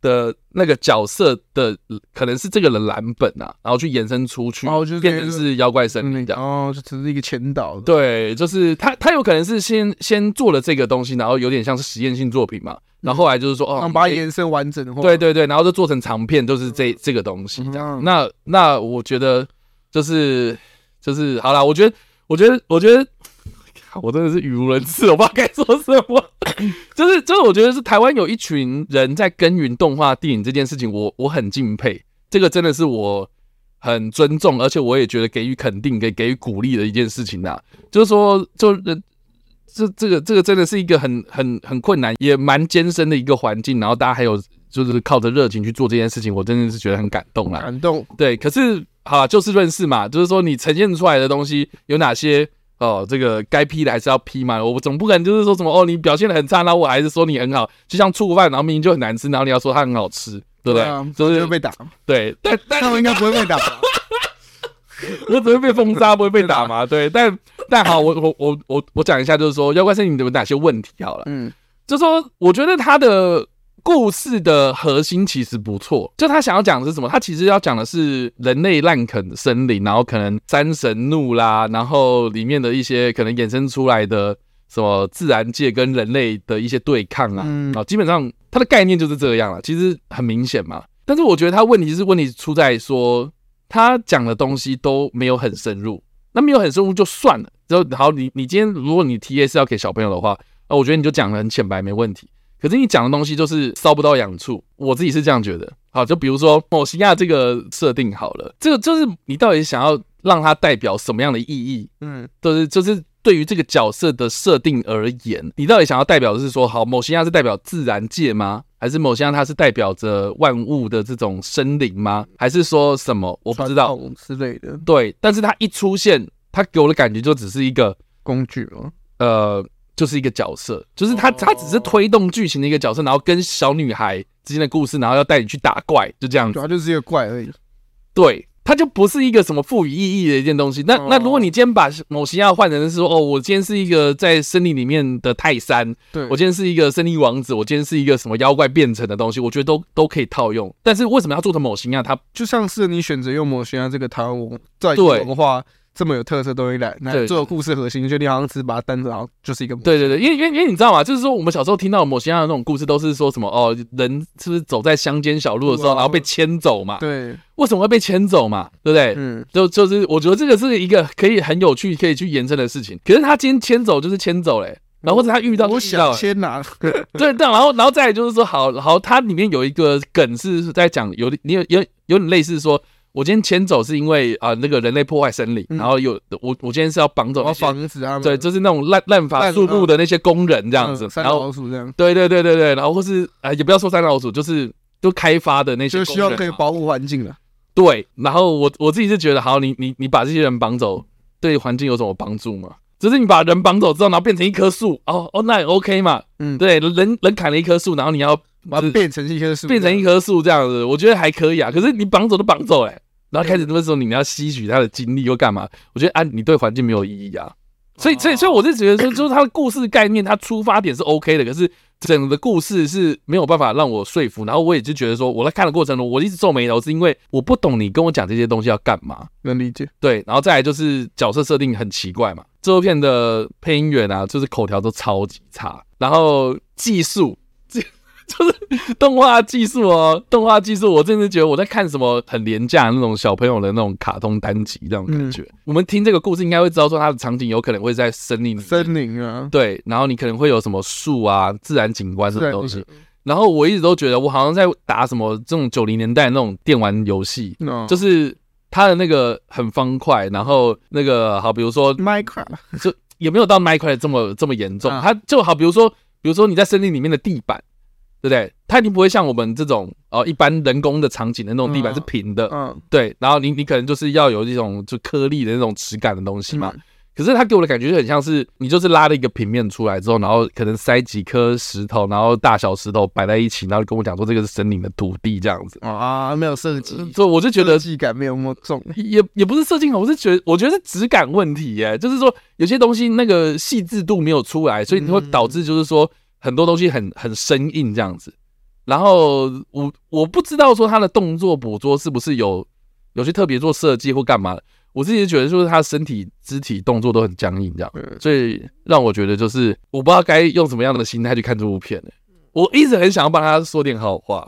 S1: 的那个角色的，可能是这个人蓝本啊，然后去延伸出去，
S2: 哦就是
S1: 变成是妖怪森林这样。
S2: 哦，这只是一个前导的。
S1: 对，就是他，他有可能是先先做了这个东西，然后有点像是实验性作品嘛，然后后来就是说，哦
S2: 嗯，，把它延伸完整的话，
S1: 对对对，然后就做成长片，就是这这个东西。
S2: 嗯，
S1: 那那我觉得就是就是好啦，我觉得我觉得我觉得我真的是语无伦次，我不知道该说什么。 (coughs) 就是就是，我觉得是台湾有一群人在耕耘动画电影这件事情，我我很敬佩，这个真的是我很尊重，而且我也觉得给予肯定、给给予鼓励的一件事情呐、就是说，就人。这这个这个真的是一个很很很困难，也蛮艰深的一个环境，然后大家还有就是靠着热情去做这件事情，我真的是觉得很感动啦。
S2: 感动。
S1: 对，可是好啦就事论事嘛，就是说你呈现出来的东西有哪些哦，这个该批的还是要批嘛。我总不可能就是说什么哦，你表现的很差，然后我还是说你很好，就像醋饭，然后明明就很难吃，然后你要说它很好吃，对不对？
S2: 啊，
S1: 就
S2: 就是会被打，
S1: 对，但但
S2: 但我应该不会被
S1: (laughs)
S2: 打吧。
S1: 我只会被封杀，不会被打
S2: (laughs)
S1: 嘛。对，但但好，我我我我我讲一下，就是说妖怪森林有哪些问题好了。
S2: 嗯，
S1: 就说我觉得他的故事的核心其实不错，就他想要讲的是什么？他其实要讲的是人类滥垦森林，然后可能山神怒啦，然后里面的一些可能衍生出来的什么自然界跟人类的一些对抗啊，
S2: 嗯
S1: 啊，基本上它的概念就是这样了，其实很明显嘛。但是我觉得他问题是问题出在说他讲的东西都没有很深入，那没有很深入就算了。之后好，你你今天如果你 T A 是要给小朋友的话，啊，我觉得你就讲的很浅白，没问题。可是你讲的东西就是烧不到痒处，我自己是这样觉得。好，就比如说某西亚这个设定好了，这个就是你到底想要让它代表什么样的意义？
S2: 嗯，
S1: 就是就是对于这个角色的设定而言，你到底想要代表的是说，好，某些它是代表自然界吗？还是某些它是代表着万物的这种生灵吗？还是说什么？我不知道。
S2: 传统之类的
S1: 对，但是它一出现，它给我的感觉就只是一个
S2: 工具嘛。
S1: 呃，就是一个角色，就是他
S2: 哦
S1: 他只是推动剧情的一个角色，然后跟小女孩之间的故事，然后要带你去打怪，啊就这样
S2: 主
S1: 子。
S2: 要就是一个怪而已。
S1: 对，它就不是一个什么赋予意义的一件东西。那
S2: 哦
S1: 那如果你今天把某些要换成是说，哦，我今天是一个在森林里面的泰山，
S2: 对，
S1: 我今天是一个森林王子，我今天是一个什么妖怪变成的东西，我觉得都都可以套用。但是为什么要做成某型啊？它
S2: 就像是你选择用摩西亚这个台湾文在
S1: 对
S2: 文化这么有特色的东西来来
S1: 对
S2: 做故事核心，就你好像只是把它单着，然后就是一个模
S1: 对对对，因为因为因为你知道吗？就是说我们小时候听到某些啊样的那种故事，都是说什么哦，人是不是走在乡间小路的时候，
S2: 对啊
S1: 然后被牵走嘛？
S2: 对，
S1: 为什么会被牵走嘛？对不对？
S2: 嗯，
S1: 就就是我觉得这个是一个可以很有趣、可以去延伸的事情。可是他今天牵走就是牵走嘞、欸然后或者他遇到
S2: 我
S1: 就遇到
S2: 想啊
S1: 了
S2: 先拿，
S1: 对，但然后然后再来就是说，好好，它里面有一个梗是在讲有点你有有有点类似说，我今天牵走是因为啊、那个人类破坏森林，
S2: 嗯
S1: 然后有我我今天是要绑走
S2: 然后
S1: 那些
S2: 防止他们
S1: 对，就是那种滥滥伐
S2: 嗯滥
S1: 树木的那些工人这
S2: 这
S1: 样子，
S2: 三
S1: 然后
S2: 老鼠这样，
S1: 对对对对对，然后或是啊、也不要说三老鼠，就是就开发的那些
S2: 就
S1: 工人嘛，
S2: 希望可以保护环境了。
S1: 对，然后我我自己是觉得，好，你你你把这些人绑走，对环境有什么帮助吗？就是你把人绑走之后，然后变成一棵树，哦哦，那也 OK 嘛。
S2: 嗯，，
S1: 对，人人砍了一棵树，然后你要就
S2: 把它
S1: 是
S2: 变成一棵树，
S1: 变成一棵树这样子，我觉得还可以啊。可是你绑走都绑走嘞、然后开始那时候你要吸取他的精力又干嘛？我觉得啊，你对环境没有意义啊。所以，所以，所以我是觉得说，就是他的故事概念，他出发点是 OK 的，可是整个故事是没有办法让我说服。然后我也就觉得说，我在看的过程中，我一直皱眉头，是因为我不懂你跟我讲这些东西要干嘛。
S2: 能理解。
S1: 对，然后再来就是角色设定很奇怪嘛，这部片的配音员啊，就是口条都超级差，然后技术。技 (laughs) 就是动画技术哦，动画技术，我真的觉得我在看什么很廉价的那种小朋友的那种卡通单集那种感觉。我们听这个故事应该会知道，说它的场景有可能会在森林里面，
S2: 森林啊，
S1: 对，然后你可能会有什么树啊、自然景观这种
S2: 自然
S1: 东
S2: 景
S1: 西。然后我一直都觉得我好像在打什么这种九零年代那种电玩游戏，
S2: 那
S1: 就是它的那个很方块，然后那个好，比如说
S2: Minecraft
S1: 就也没有到 Minecraft 这么这么严重，
S2: 啊
S1: 它就好，比如说比如说你在森林里面的地板，对不对？它一定不会像我们这种呃一般人工的场景的那种地板
S2: 嗯
S1: 是平的，
S2: 嗯，
S1: 对。然后你你可能就是要有一种就颗粒的那种质感的东西嘛。可是它给我的感觉就很像是你就是拉了一个平面出来之后，然后可能塞几颗石头，然后大小石头摆在一起，然后跟我讲说这个是森林的土地这样子。
S2: 哦啊，没有设计，
S1: 所以我就嗯觉得
S2: 设计感没有那么重。
S1: 也也不是设计哦好，我是觉得我觉得是质感问题耶，就是说有些东西那个细致度没有出来，所以你会导致就是说很多东西很很生硬这样子。然后我我不知道说他的动作捕捉是不是有有些特别做设计或干嘛的，我自己觉得就是他身体肢体动作都很僵硬这样，
S2: 嗯
S1: 所以让我觉得就是我不知道该用什么样的心态去看这部片耶我一直很想要帮他说点好话，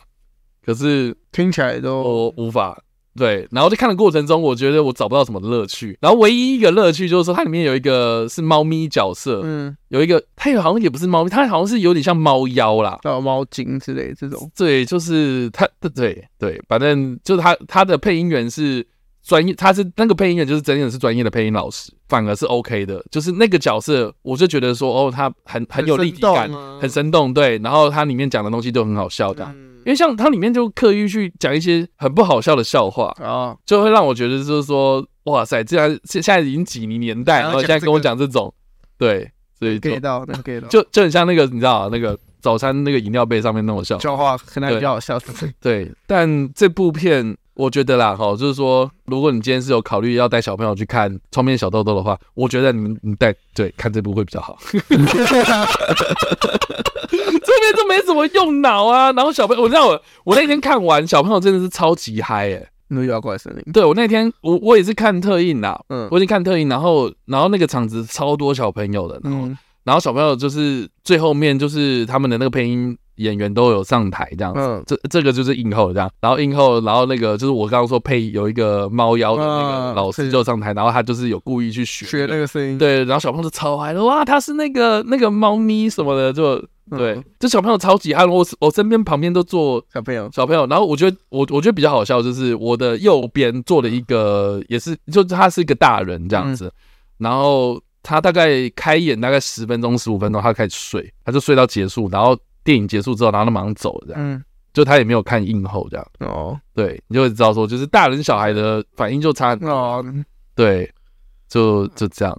S1: 可是
S2: 听起来都
S1: 我无法。对，然后在看的过程中，我觉得我找不到什么乐趣。然后唯一一个乐趣就是说，它里面有一个是猫咪角色，
S2: 嗯，
S1: 有一个它也好像也不是猫咪，它好像是有点像猫妖啦。
S2: 到猫精之类这种，
S1: 对，就是它，对对，反正就是它它的配音员是专业，他是那个配音员就是真的是专业的配音老师，反而是 OK 的。就是那个角色，我就觉得说，哦，他很很有立体感，
S2: 啊
S1: 很生动，啊嗯对。然后它里面讲的东西都很好笑的，因
S2: 动。
S1: 为像它里面就刻意去讲一些很不好笑的笑话，
S2: 啊，
S1: 就会让我觉得就是说，哇塞，竟然现现在已经几零年代，
S2: 还要
S1: 然后现在
S2: 讲这个
S1: 跟我讲这种，对，所以就
S2: get 到，能 get 到，
S1: 就就很像那个你知道啊那个早餐那个饮料杯上面那种笑，
S2: 笑话可能
S1: 对
S2: 比较好笑。
S1: 对。但这部片我觉得啦，哈，就是说，如果你今天是有考虑要带小朋友去看《窗边小豆豆》的话，我觉得你们你带对看这部会比较好。 (laughs) 这边都没怎么用脑啊，然后小朋友，我知道我我那天看完，小朋友真的是超级嗨诶、
S2: 你说妖怪森林，
S1: 对我那天我我也是看特映啊啦，
S2: 嗯
S1: 我已经看特映，然后然后那个场子超多小朋友的，然后、
S2: 嗯
S1: 然后小朋友就是最后面就是他们的那个配音演员都有上台这样子。
S2: 嗯，
S1: 这这个就是映后这样，然后映后，然后那个就是我刚刚说配有一个猫妖的那个
S2: 嗯
S1: 老师
S2: 是
S1: 就上台，然后他就是有故意去学
S2: 学那个声音，
S1: 对，然后小朋友就超嗨的，哇，他是那个那个猫咪什么的，就
S2: 嗯
S1: 对，这小朋友超级嗨，我我身边旁边都坐
S2: 小朋友，
S1: 小朋友，然后我觉得我我觉得比较好笑，就是我的右边坐了一个，也是就是他是一个大人这样
S2: 嗯
S1: 子，然后他大概开演大概十分钟十五分钟，他就开始睡，他就睡到结束，然后电影结束之后，然后他马上走了这样，
S2: 嗯，
S1: 就他也没有看映后这样，
S2: 哦
S1: 对，你就会知道说，就是大人小孩的反应就差，
S2: 哦，
S1: 对，就就这样。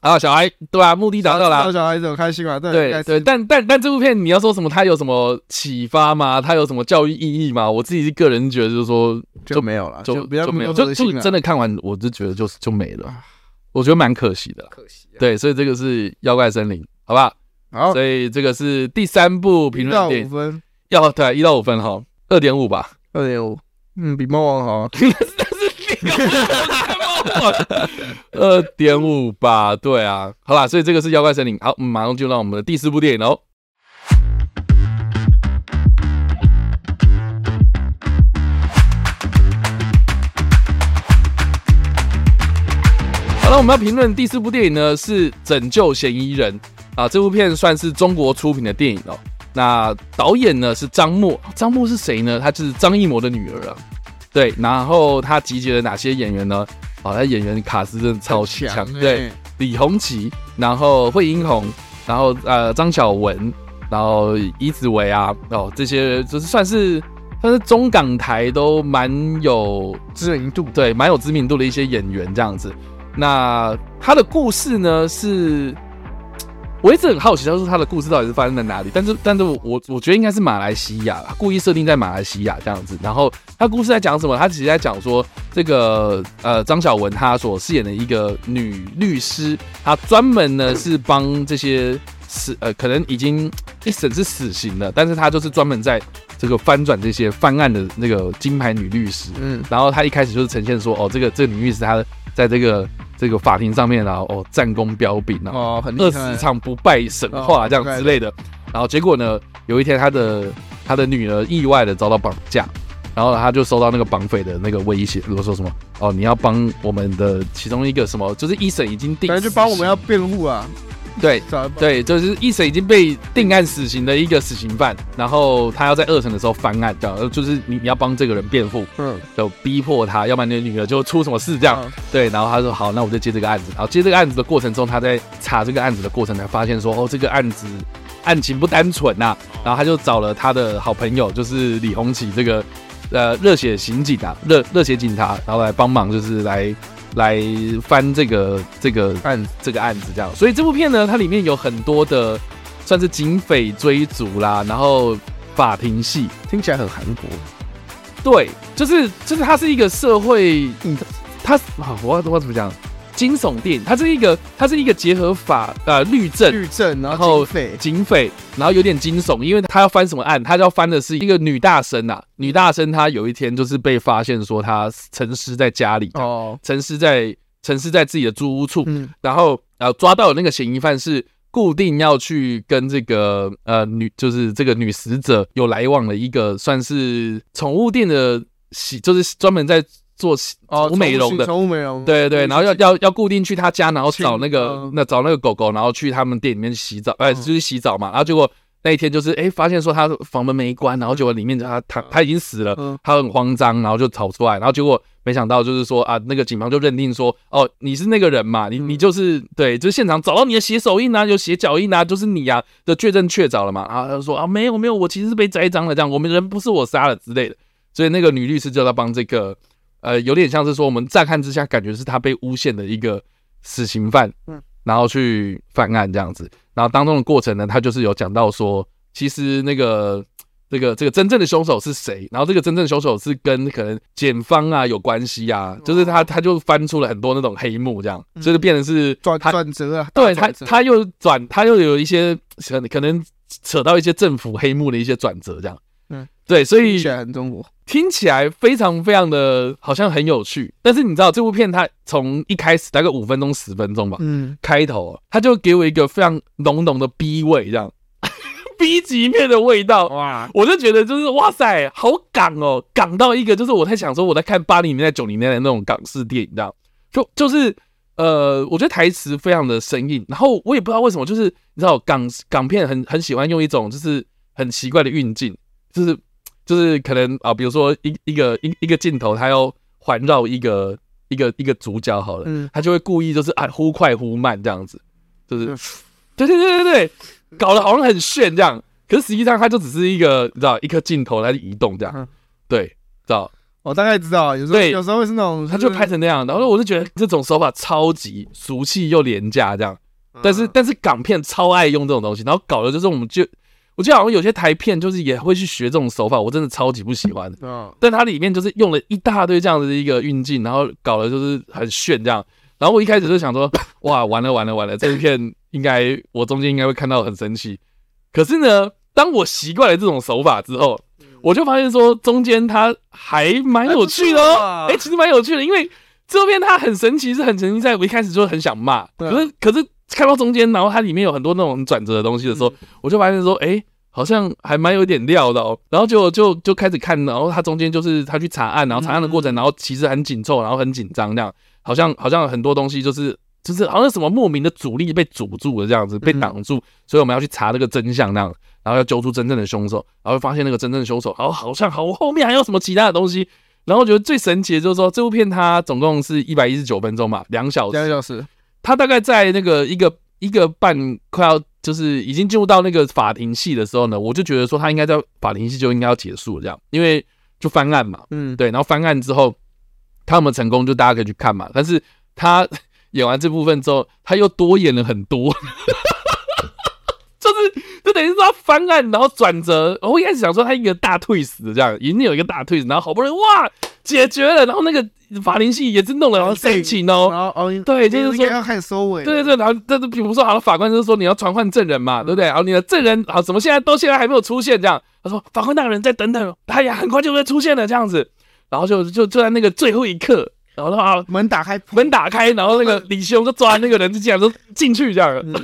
S1: 啊，小孩对吧、目的达到啦
S2: 小，小孩子有开心嘛？对应
S1: 对
S2: 该
S1: 对，
S2: 是
S1: 但但但这部片你要说什么，它有什么启发吗？它有什么教育意义吗？我自己个人觉得就是说
S2: 啊就没有了，
S1: 就
S2: 比较
S1: 没有，
S2: 那么
S1: 就
S2: 恶心
S1: 就
S2: 啊
S1: 真的看完我就觉得就是就没了
S2: 啊，
S1: 我觉得蛮可惜的。
S2: 可惜啊。
S1: 对，所以这个是《妖怪森林》，好不好？
S2: 好，
S1: 所以这个是第三部评
S2: 一
S1: 论
S2: 到
S1: 电
S2: 五
S1: 影，
S2: 分，
S1: 要对一到五分哈，二点五吧。
S2: 二点五，嗯，比猫
S1: (laughs)
S2: 王好啊。
S1: 二点五吧，对啊，好啦，所以这个是《妖怪森林》。好，嗯马上就让我们的第四部电影哦。好了，我们要评论第四部电影呢是《拯救嫌疑人》啊，这部片算是中国出品的电影哦。那导演呢是张默，啊张默是谁呢？她就是张艺谋的女儿啊。对，然后他集结了哪些演员呢？啊，他演员卡斯真的超强，
S2: 欸
S1: 对，，李红旗，然后惠英红，然后呃张晓雯，然后伊子维啊，哦这些就是算是算是中港台都蛮有
S2: 知名度
S1: 对蛮有知名度的一些演员这样子。那他的故事呢是，我一直很好奇，就是他的故事到底是发生在哪里？但是，但是我我觉得应该是马来西亚，故意设定在马来西亚这样子。然后他故事在讲什么？他其实在讲说，这个呃张晓雯她所饰演的一个女律师，她专门呢是帮这些死呃可能已经一审是死刑了，但是她就是专门在这个翻转这些犯案的那个金牌女律师。
S2: 嗯，
S1: 然后她一开始就是呈现说，哦，这个这个女律师她在这个这个法庭上面啊，哦，战功彪炳啊，
S2: 哦，很
S1: 二
S2: 厉害哦
S1: 十场不败神话这样之类的。然后结果呢，有一天她的她的女儿意外的遭到绑架，然后她就收到那个绑匪的那个威胁，如果说什么哦，你要帮我们的其中一个什么，就是一审已经定
S2: 感
S1: 死刑，
S2: 觉就帮我们要辩护啊，
S1: 对。
S2: 找
S1: 对，就是一审已经被定案死刑的一个死刑犯，然后他要在二审的时候翻案，这样就是你你要帮这个人辩护，
S2: 嗯，
S1: 就逼迫他，要不然你的女儿就出什么事这样。
S2: 嗯
S1: 对，然后他说好，那我就接这个案子。然后接这个案子的过程中，他在查这个案子的过程才发现说，哦，这个案子案情不单纯呐、然后他就找了他的好朋友，就是李红旗这个呃热血刑警啊，热热血警察，然后来帮忙，就是来来翻这个这个
S2: 案
S1: 这个案子这样。所以这部片呢，它里面有很多的算是警匪追逐啦，然后法庭戏，
S2: 听起来很韩国，
S1: 对，就是就是它是一个社会，
S2: 嗯
S1: 它啊我我怎么讲？惊悚电影，它是一个它是一个结合法呃律政
S2: 律政，然
S1: 然后
S2: 后警匪，
S1: 警匪，然后有点惊悚，因为他要翻什么案？他要翻的是一个女大生呐、女大生她有一天就是被发现说她沉尸在家里，
S2: 哦，
S1: 沉尸在沉尸在自己的租屋处，
S2: 嗯，
S1: 然后呃抓到的那个嫌疑犯是固定要去跟这个呃女就是这个女死者有来往的一个算是宠物店的洗，就是专门在做洗
S2: 哦，
S1: 宠物美容的。
S2: 宠物美容，
S1: 对对，然后要要要固定去他家，然后找
S2: 请
S1: 那个
S2: 嗯
S1: 那找那个狗狗，然后去他们店里面洗澡，哎，
S2: 嗯
S1: 就是洗澡嘛。然后结果那一天就是哎，发现说他房门没关，然后结果里面他他他已经死了
S2: 嗯，
S1: 他很慌张，然后就逃出来，然后结果没想到就是说啊，那个警方就认定说哦，你是那个人嘛，你
S2: 嗯
S1: 你就是对，就是现场找到你的血手印啊，有血脚印啊，就是你啊的确认确凿了嘛。然后他就说啊，没有没有，我其实是被栽赃了，这样我们人不是我杀了之类的。所以那个女律师就在帮这个，呃，有点像是说我们乍看之下感觉是他被诬陷的一个死刑犯，
S2: 嗯，
S1: 然后去犯案这样子。然后当中的过程呢，他就是有讲到说，其实那个这个这个真正的凶手是谁，然后这个真正的凶手是跟可能检方啊有关系啊，就是他他就翻出了很多那种黑幕，这样
S2: 哦嗯
S1: 就是变成是
S2: 转
S1: 他
S2: 转折啊，
S1: 对
S2: 大
S1: 他
S2: 转折
S1: 他又转他又有一些可能可能扯到一些政府黑幕的一些转折这样，
S2: 嗯，
S1: 对，所以
S2: 听起来很中国，
S1: 听起来非常非常的好像很有趣，但是你知道这部片它从一开始大概五分钟十分钟吧，
S2: 嗯，
S1: 开头啊它就给我一个非常浓浓的 B 味，这样 (laughs) B 级片的味道，
S2: 哇，
S1: 我就觉得就是哇塞，好港哦，港到一个就是我在想说我在看八零年代九零年代那种港式电影，这样就就是呃，我觉得台词非常的生硬，然后我也不知道为什么，就是你知道港港片很很喜欢用一种就是很奇怪的运镜，就是就是可能啊，比如说一一个一一个镜头，它要环绕一个一个一个主角好了，
S2: 嗯
S1: 他就会故意就是啊忽快忽慢这样子，就是
S2: 嗯
S1: 对对对对对，搞得好像很炫这样，可是实际上它就只是一个你知道一颗镜头来移动这样
S2: 嗯，
S1: 对，知道
S2: 我大概知道，有时候
S1: 对
S2: 有时候会是那种，
S1: 他就是拍，成那样，然后我就觉得这种手法超级俗气又廉价这样。
S2: 嗯
S1: 但是但是港片超爱用这种东西，然后搞的就是我们就，我记得好像有些台片就是也会去学这种手法，我真的超级不喜欢的。
S2: 嗯
S1: 但它里面就是用了一大堆这样子的一个运镜，然后搞的就是很炫这样。然后我一开始就想说，哇，完了完了完了，这部片应该我中间应该会看到很生气。可是呢，当我习惯了这种手法之后，我就发现说中间它还蛮有趣的
S2: 嗯还不
S1: 哦
S2: 错啊，
S1: 哎、其实蛮有趣的，因为这部片它很神奇，是很神奇，在我一开始就很想骂，
S2: 对啊
S1: 可是可是看到中间，然后它里面有很多那种转折的东西的时候，
S2: 嗯
S1: 我就发现说，哎、好像还蛮有点料的哦。然后就就就开始看，然后他中间就是他去查案，然后查案的过
S2: 嗯
S1: 程，然后其实很紧凑，然后很紧张，这样好像好像很多东西就是就是好像什么莫名的阻力被阻住了这样子，
S2: 嗯
S1: 被挡住，所以我们要去查这个真相那样。然后要揪出真正的凶手，然后发现那个真正的凶手，然后好像好后面还有什么其他的东西，然后我觉得最神奇的就是说这部片它总共是一百一十九分钟嘛，两小时
S2: 两，个小时，
S1: 他大概在那个一个一个半快要就是已经进入到那个法庭戏的时候呢，我就觉得说他应该在法庭戏就应该要结束了这样，因为就翻案嘛，
S2: 嗯，
S1: 对，然后翻案之后他有没有成功，就大家可以去看嘛。但是他 (laughs) 演完这部分之后，他又多演了很多， (laughs) 就是就等于是他翻案，然后转折。我一开始想说他一个大退死这样，已经有一个大退死，然后好不容易哇解决了，然后那个法庭戏也是弄了，然后申请哦，
S2: 然后哦，
S1: 对就是说
S2: 应该要开始收尾，
S1: 对对对，然后但是比如说，好了，法官就是说你要传唤证人嘛，对不对？然后你的证人啊，怎么现在到现在还没有出现？这样，他说法官大人再等等，哎呀，很快就会出现了这样子。然后就就就在那个最后一刻，然后的话
S2: 门打开，
S1: 门打开，然后那个李修就抓那个人，就进来说进去这样，
S2: 嗯
S1: (laughs)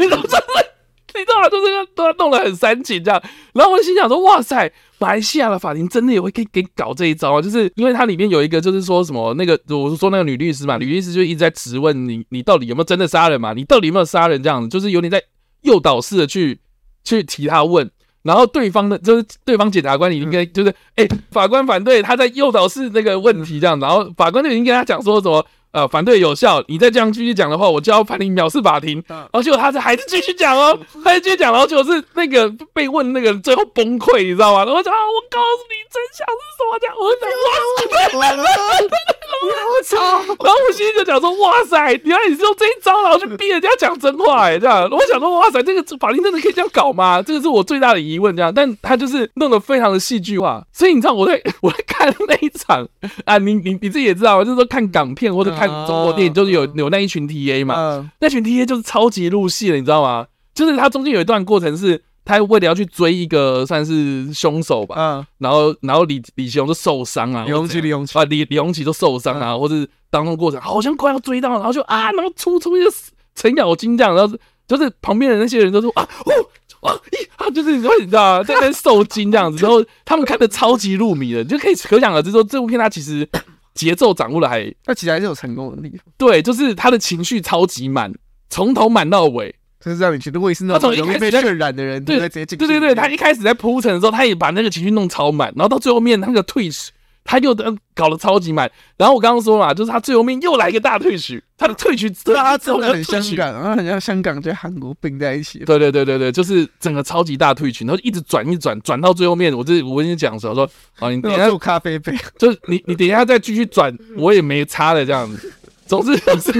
S1: 你知道就是你知道吗？就是都弄得很煽情这样。然后我心想说，哇塞，马来西亚的法庭真的也会给给搞这一招啊！就是因为它里面有一个就是说什么那个，我是说那个女律师嘛，女律师就一直在质问你，你到底有没有真的杀人嘛？你到底有没有杀人这样子？就是有点在诱导式的去去提他问。然后对方的，就是对方检察官，你应该就是，哎、法官反对，他在诱导式那个问题这样，然后法官就已经跟他讲说什么，呃反对有效，你再这样继续讲的话，我就要判你藐视法庭。
S2: 嗯
S1: 然后结果他是还是继续讲哦，还是继续讲，然后结果是那个被问那个人最后崩溃，你知道吗？然后讲啊，我告诉你真相是什么，这样我就讲哇 (laughs)
S2: 我操！
S1: 然后我心里就讲说，哇塞，原来你是用这一招，然后去逼人家讲真话，哎，这样。我想说，哇塞，这个法庭真的可以这样搞吗？这个是我最大的疑问，这样。但他就是弄得非常的戏剧化，所以你知道我在我在看那一场啊，你你你自己也知道嘛，就是说看港片或者看中国电影，就是有有那一群 TA 嘛，
S2: 嗯
S1: 那群 TA 就是超级入戏了，你知道吗？就是他中间有一段过程是。他为了要去追一个算是凶手吧，
S2: 嗯，
S1: 然后然后李李雄就受伤啊，
S2: 李红旗，李红旗，
S1: 啊，李李红旗都受伤啊，或是当中过程好像快要追到，然后就啊，然后出出一个程咬金这样，然后就是旁边的那些人都说啊，哦，啊，咦啊，就是你说你知道啊，在那边受惊这样子，然后他们看的超级入迷的，你就可以可想而知说这部片它其实节奏掌握的还
S2: 那其实还是有成功的地方，
S1: 对，就是他的情绪超级满，从头满到尾。
S2: 就是让你觉得我也是那
S1: 他
S2: 种
S1: 啊从一
S2: 容易
S1: 开
S2: 被
S1: 始在
S2: 渲染的人，
S1: 对
S2: 对，直接进去
S1: 对
S2: 里
S1: 对
S2: 面。
S1: 对，他一开始在铺陈的时候，他也把那个情绪弄超满，然后到最后面那个退曲，他又呃搞得超级满。然后我刚刚说嘛，就是他最后面又来一个大退曲，他的退曲真的
S2: 大家
S1: (laughs)
S2: 真的很香
S1: 退曲。
S2: 港，然后很像香港对韩国并在一起。
S1: 对对对对对，就是整个超级大退曲，然后一直转一直转，转到最后面，我这我跟你讲说，我说啊，你等一
S2: 那
S1: 下
S2: 种，咖
S1: (laughs)
S2: 啡杯，
S1: 就是你你等一下再继续转，我也没差的这样子。总之就是，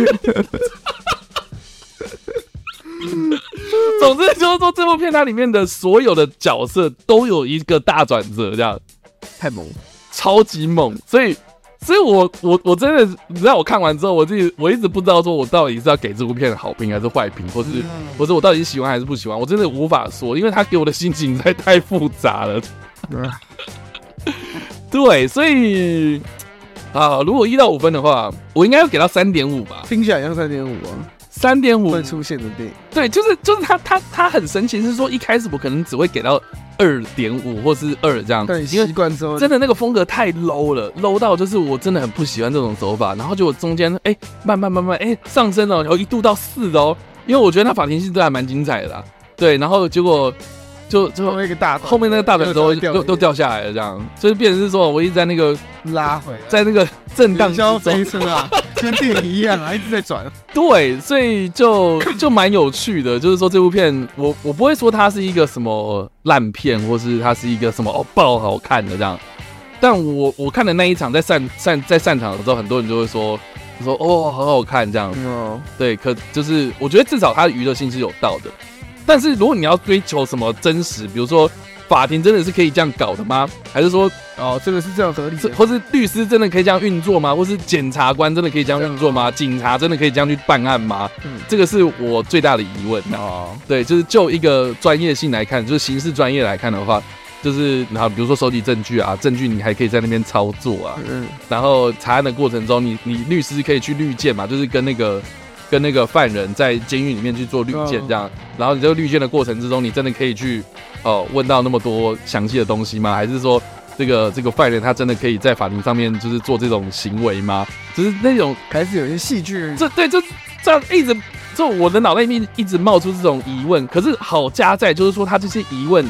S1: 总之就是说，这部片它里面的所有的角色都有一个大转折，这样。
S2: 太萌了。
S1: 超级猛，所以，所以我我我真的，你知道我看完之后，我自己我一直不知道说我到底是要给这部片好评还是坏评，或是
S2: 嗯
S1: 或是我到底是喜欢还是不喜欢，我真的无法说，因为他给我的心情实在太复杂了。对，所以啊，如果一到五分的话，我应该要给到三点五吧，
S2: 听起来像三点五啊，
S1: 三点五
S2: 会出现的电影。
S1: 对，就是就是他他他很神奇，是说一开始我可能只会给到二点五或是二这样，
S2: 但你
S1: 因为
S2: 习惯之后，
S1: 真的那个风格太 low 了，low 到就是我真的很不喜欢这种手法。然后就我中间哎、慢慢慢慢哎、上升了，然后一度到四哦，因为我觉得那法庭戏都还蛮精彩的啦。对，然后结果就
S2: 后
S1: 就
S2: 面一个大头
S1: 后面那个大转
S2: 又
S1: 轴
S2: 掉
S1: 都
S2: 回去
S1: 都掉下来了，这样就是变成是说我一直在那个
S2: 拉回来，
S1: 在那个震荡
S2: 荡
S1: 之
S2: 消
S1: 中
S2: 飞，
S1: (laughs)
S2: 车啊，跟电影一样啊，一直在转。
S1: 对，所以就就蛮有趣的。就是说这部片，我我不会说它是一个什么烂片，或是它是一个什么哦爆好看的这样。但我我看的那一场在散散在散场的时候，很多人就会说说哦很好看这样。
S2: 哦，
S1: 对，可就是我觉得至少它的娱乐性是有到的。但是如果你要追求什么真实，比如说法庭真的是可以这样搞的吗？还是说
S2: 哦，这个是这样合理
S1: 是，
S2: 的。
S1: 或是律师真的可以这样运作吗？或是检察官真的可以这样运作吗？警察真的可以这样去办案吗？
S2: 嗯
S1: 这个是我最大的疑问、啊。
S2: 哦，
S1: 对，就是就一个专业性来看，就是刑事专业来看的话，就是然后比如说收集证据啊，证据你还可以在那边操作啊，
S2: 嗯，
S1: 然后查案的过程中，你你律师可以去律见嘛，就是跟那个跟那个犯人在监狱里面去做律见
S2: 嗯
S1: 这样。然后你这个律见的过程之中，你真的可以去哦、问到那么多详细的东西吗？还是说这个这个犯人他真的可以在法庭上面就是做这种行为吗？就是那种
S2: 开始有一些戏剧。
S1: 这对就是这样一直就我的脑袋里面一直冒出这种疑问。可是好加在就是说他这些疑问，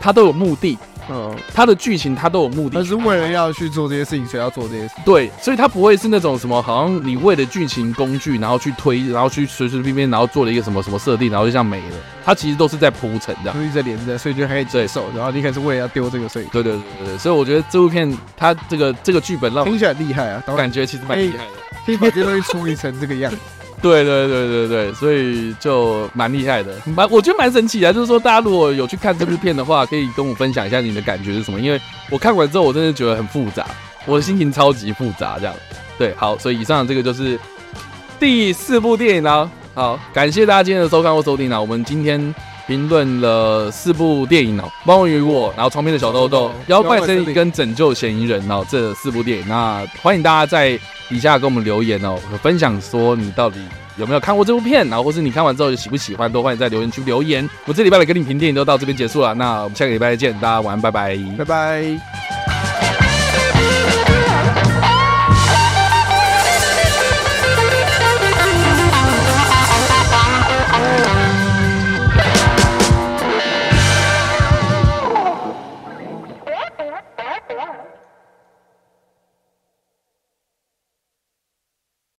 S1: 他都有目的，
S2: 嗯，
S1: 他的剧情他都有目的
S2: 他。是为了要去做这些事情，所以要做这些事。
S1: 对，所以它不会是那种什么，好像你为了剧情工具，然后去推，然后去随随便便，然后做了一个什么什么设定，然后就这样没了。它其实都是在铺陈的。
S2: 所以在连着，所以就还可以接受。然后你可能是为了要丢这个，所以
S1: 对对对对对，所以我觉得这部片它这个这个剧本让
S2: 听起来很厉害啊，
S1: 我
S2: 导演
S1: 感觉其实蛮厉害的。
S2: 可以把这些东西处理成这个样子。
S1: 对对对对对，所以就蛮厉害的，蛮我觉得蛮神奇的。啊就是说，大家如果有去看这部片的话，可以跟我分享一下你的感觉是什么，因为我看完之后，我真的觉得很复杂，我的心情超级复杂。这样，对，好，所以以上这个就是第四部电影啦、好，感谢大家今天的收看或收听啦。我们今天评论了四部电影哦，《猫与我》，然后《床边的小豆豆》、《妖怪森林》跟《拯救嫌疑人》哦，这四部电影。那欢迎大家在底下给我们留言哦，分享说你到底有没有看过这部片，然后或是你看完之后喜不喜欢，都欢迎在留言区留言。我这礼拜的跟你评电影都到这边结束了，那我们下个礼拜再见，大家晚安，拜拜
S2: 拜拜。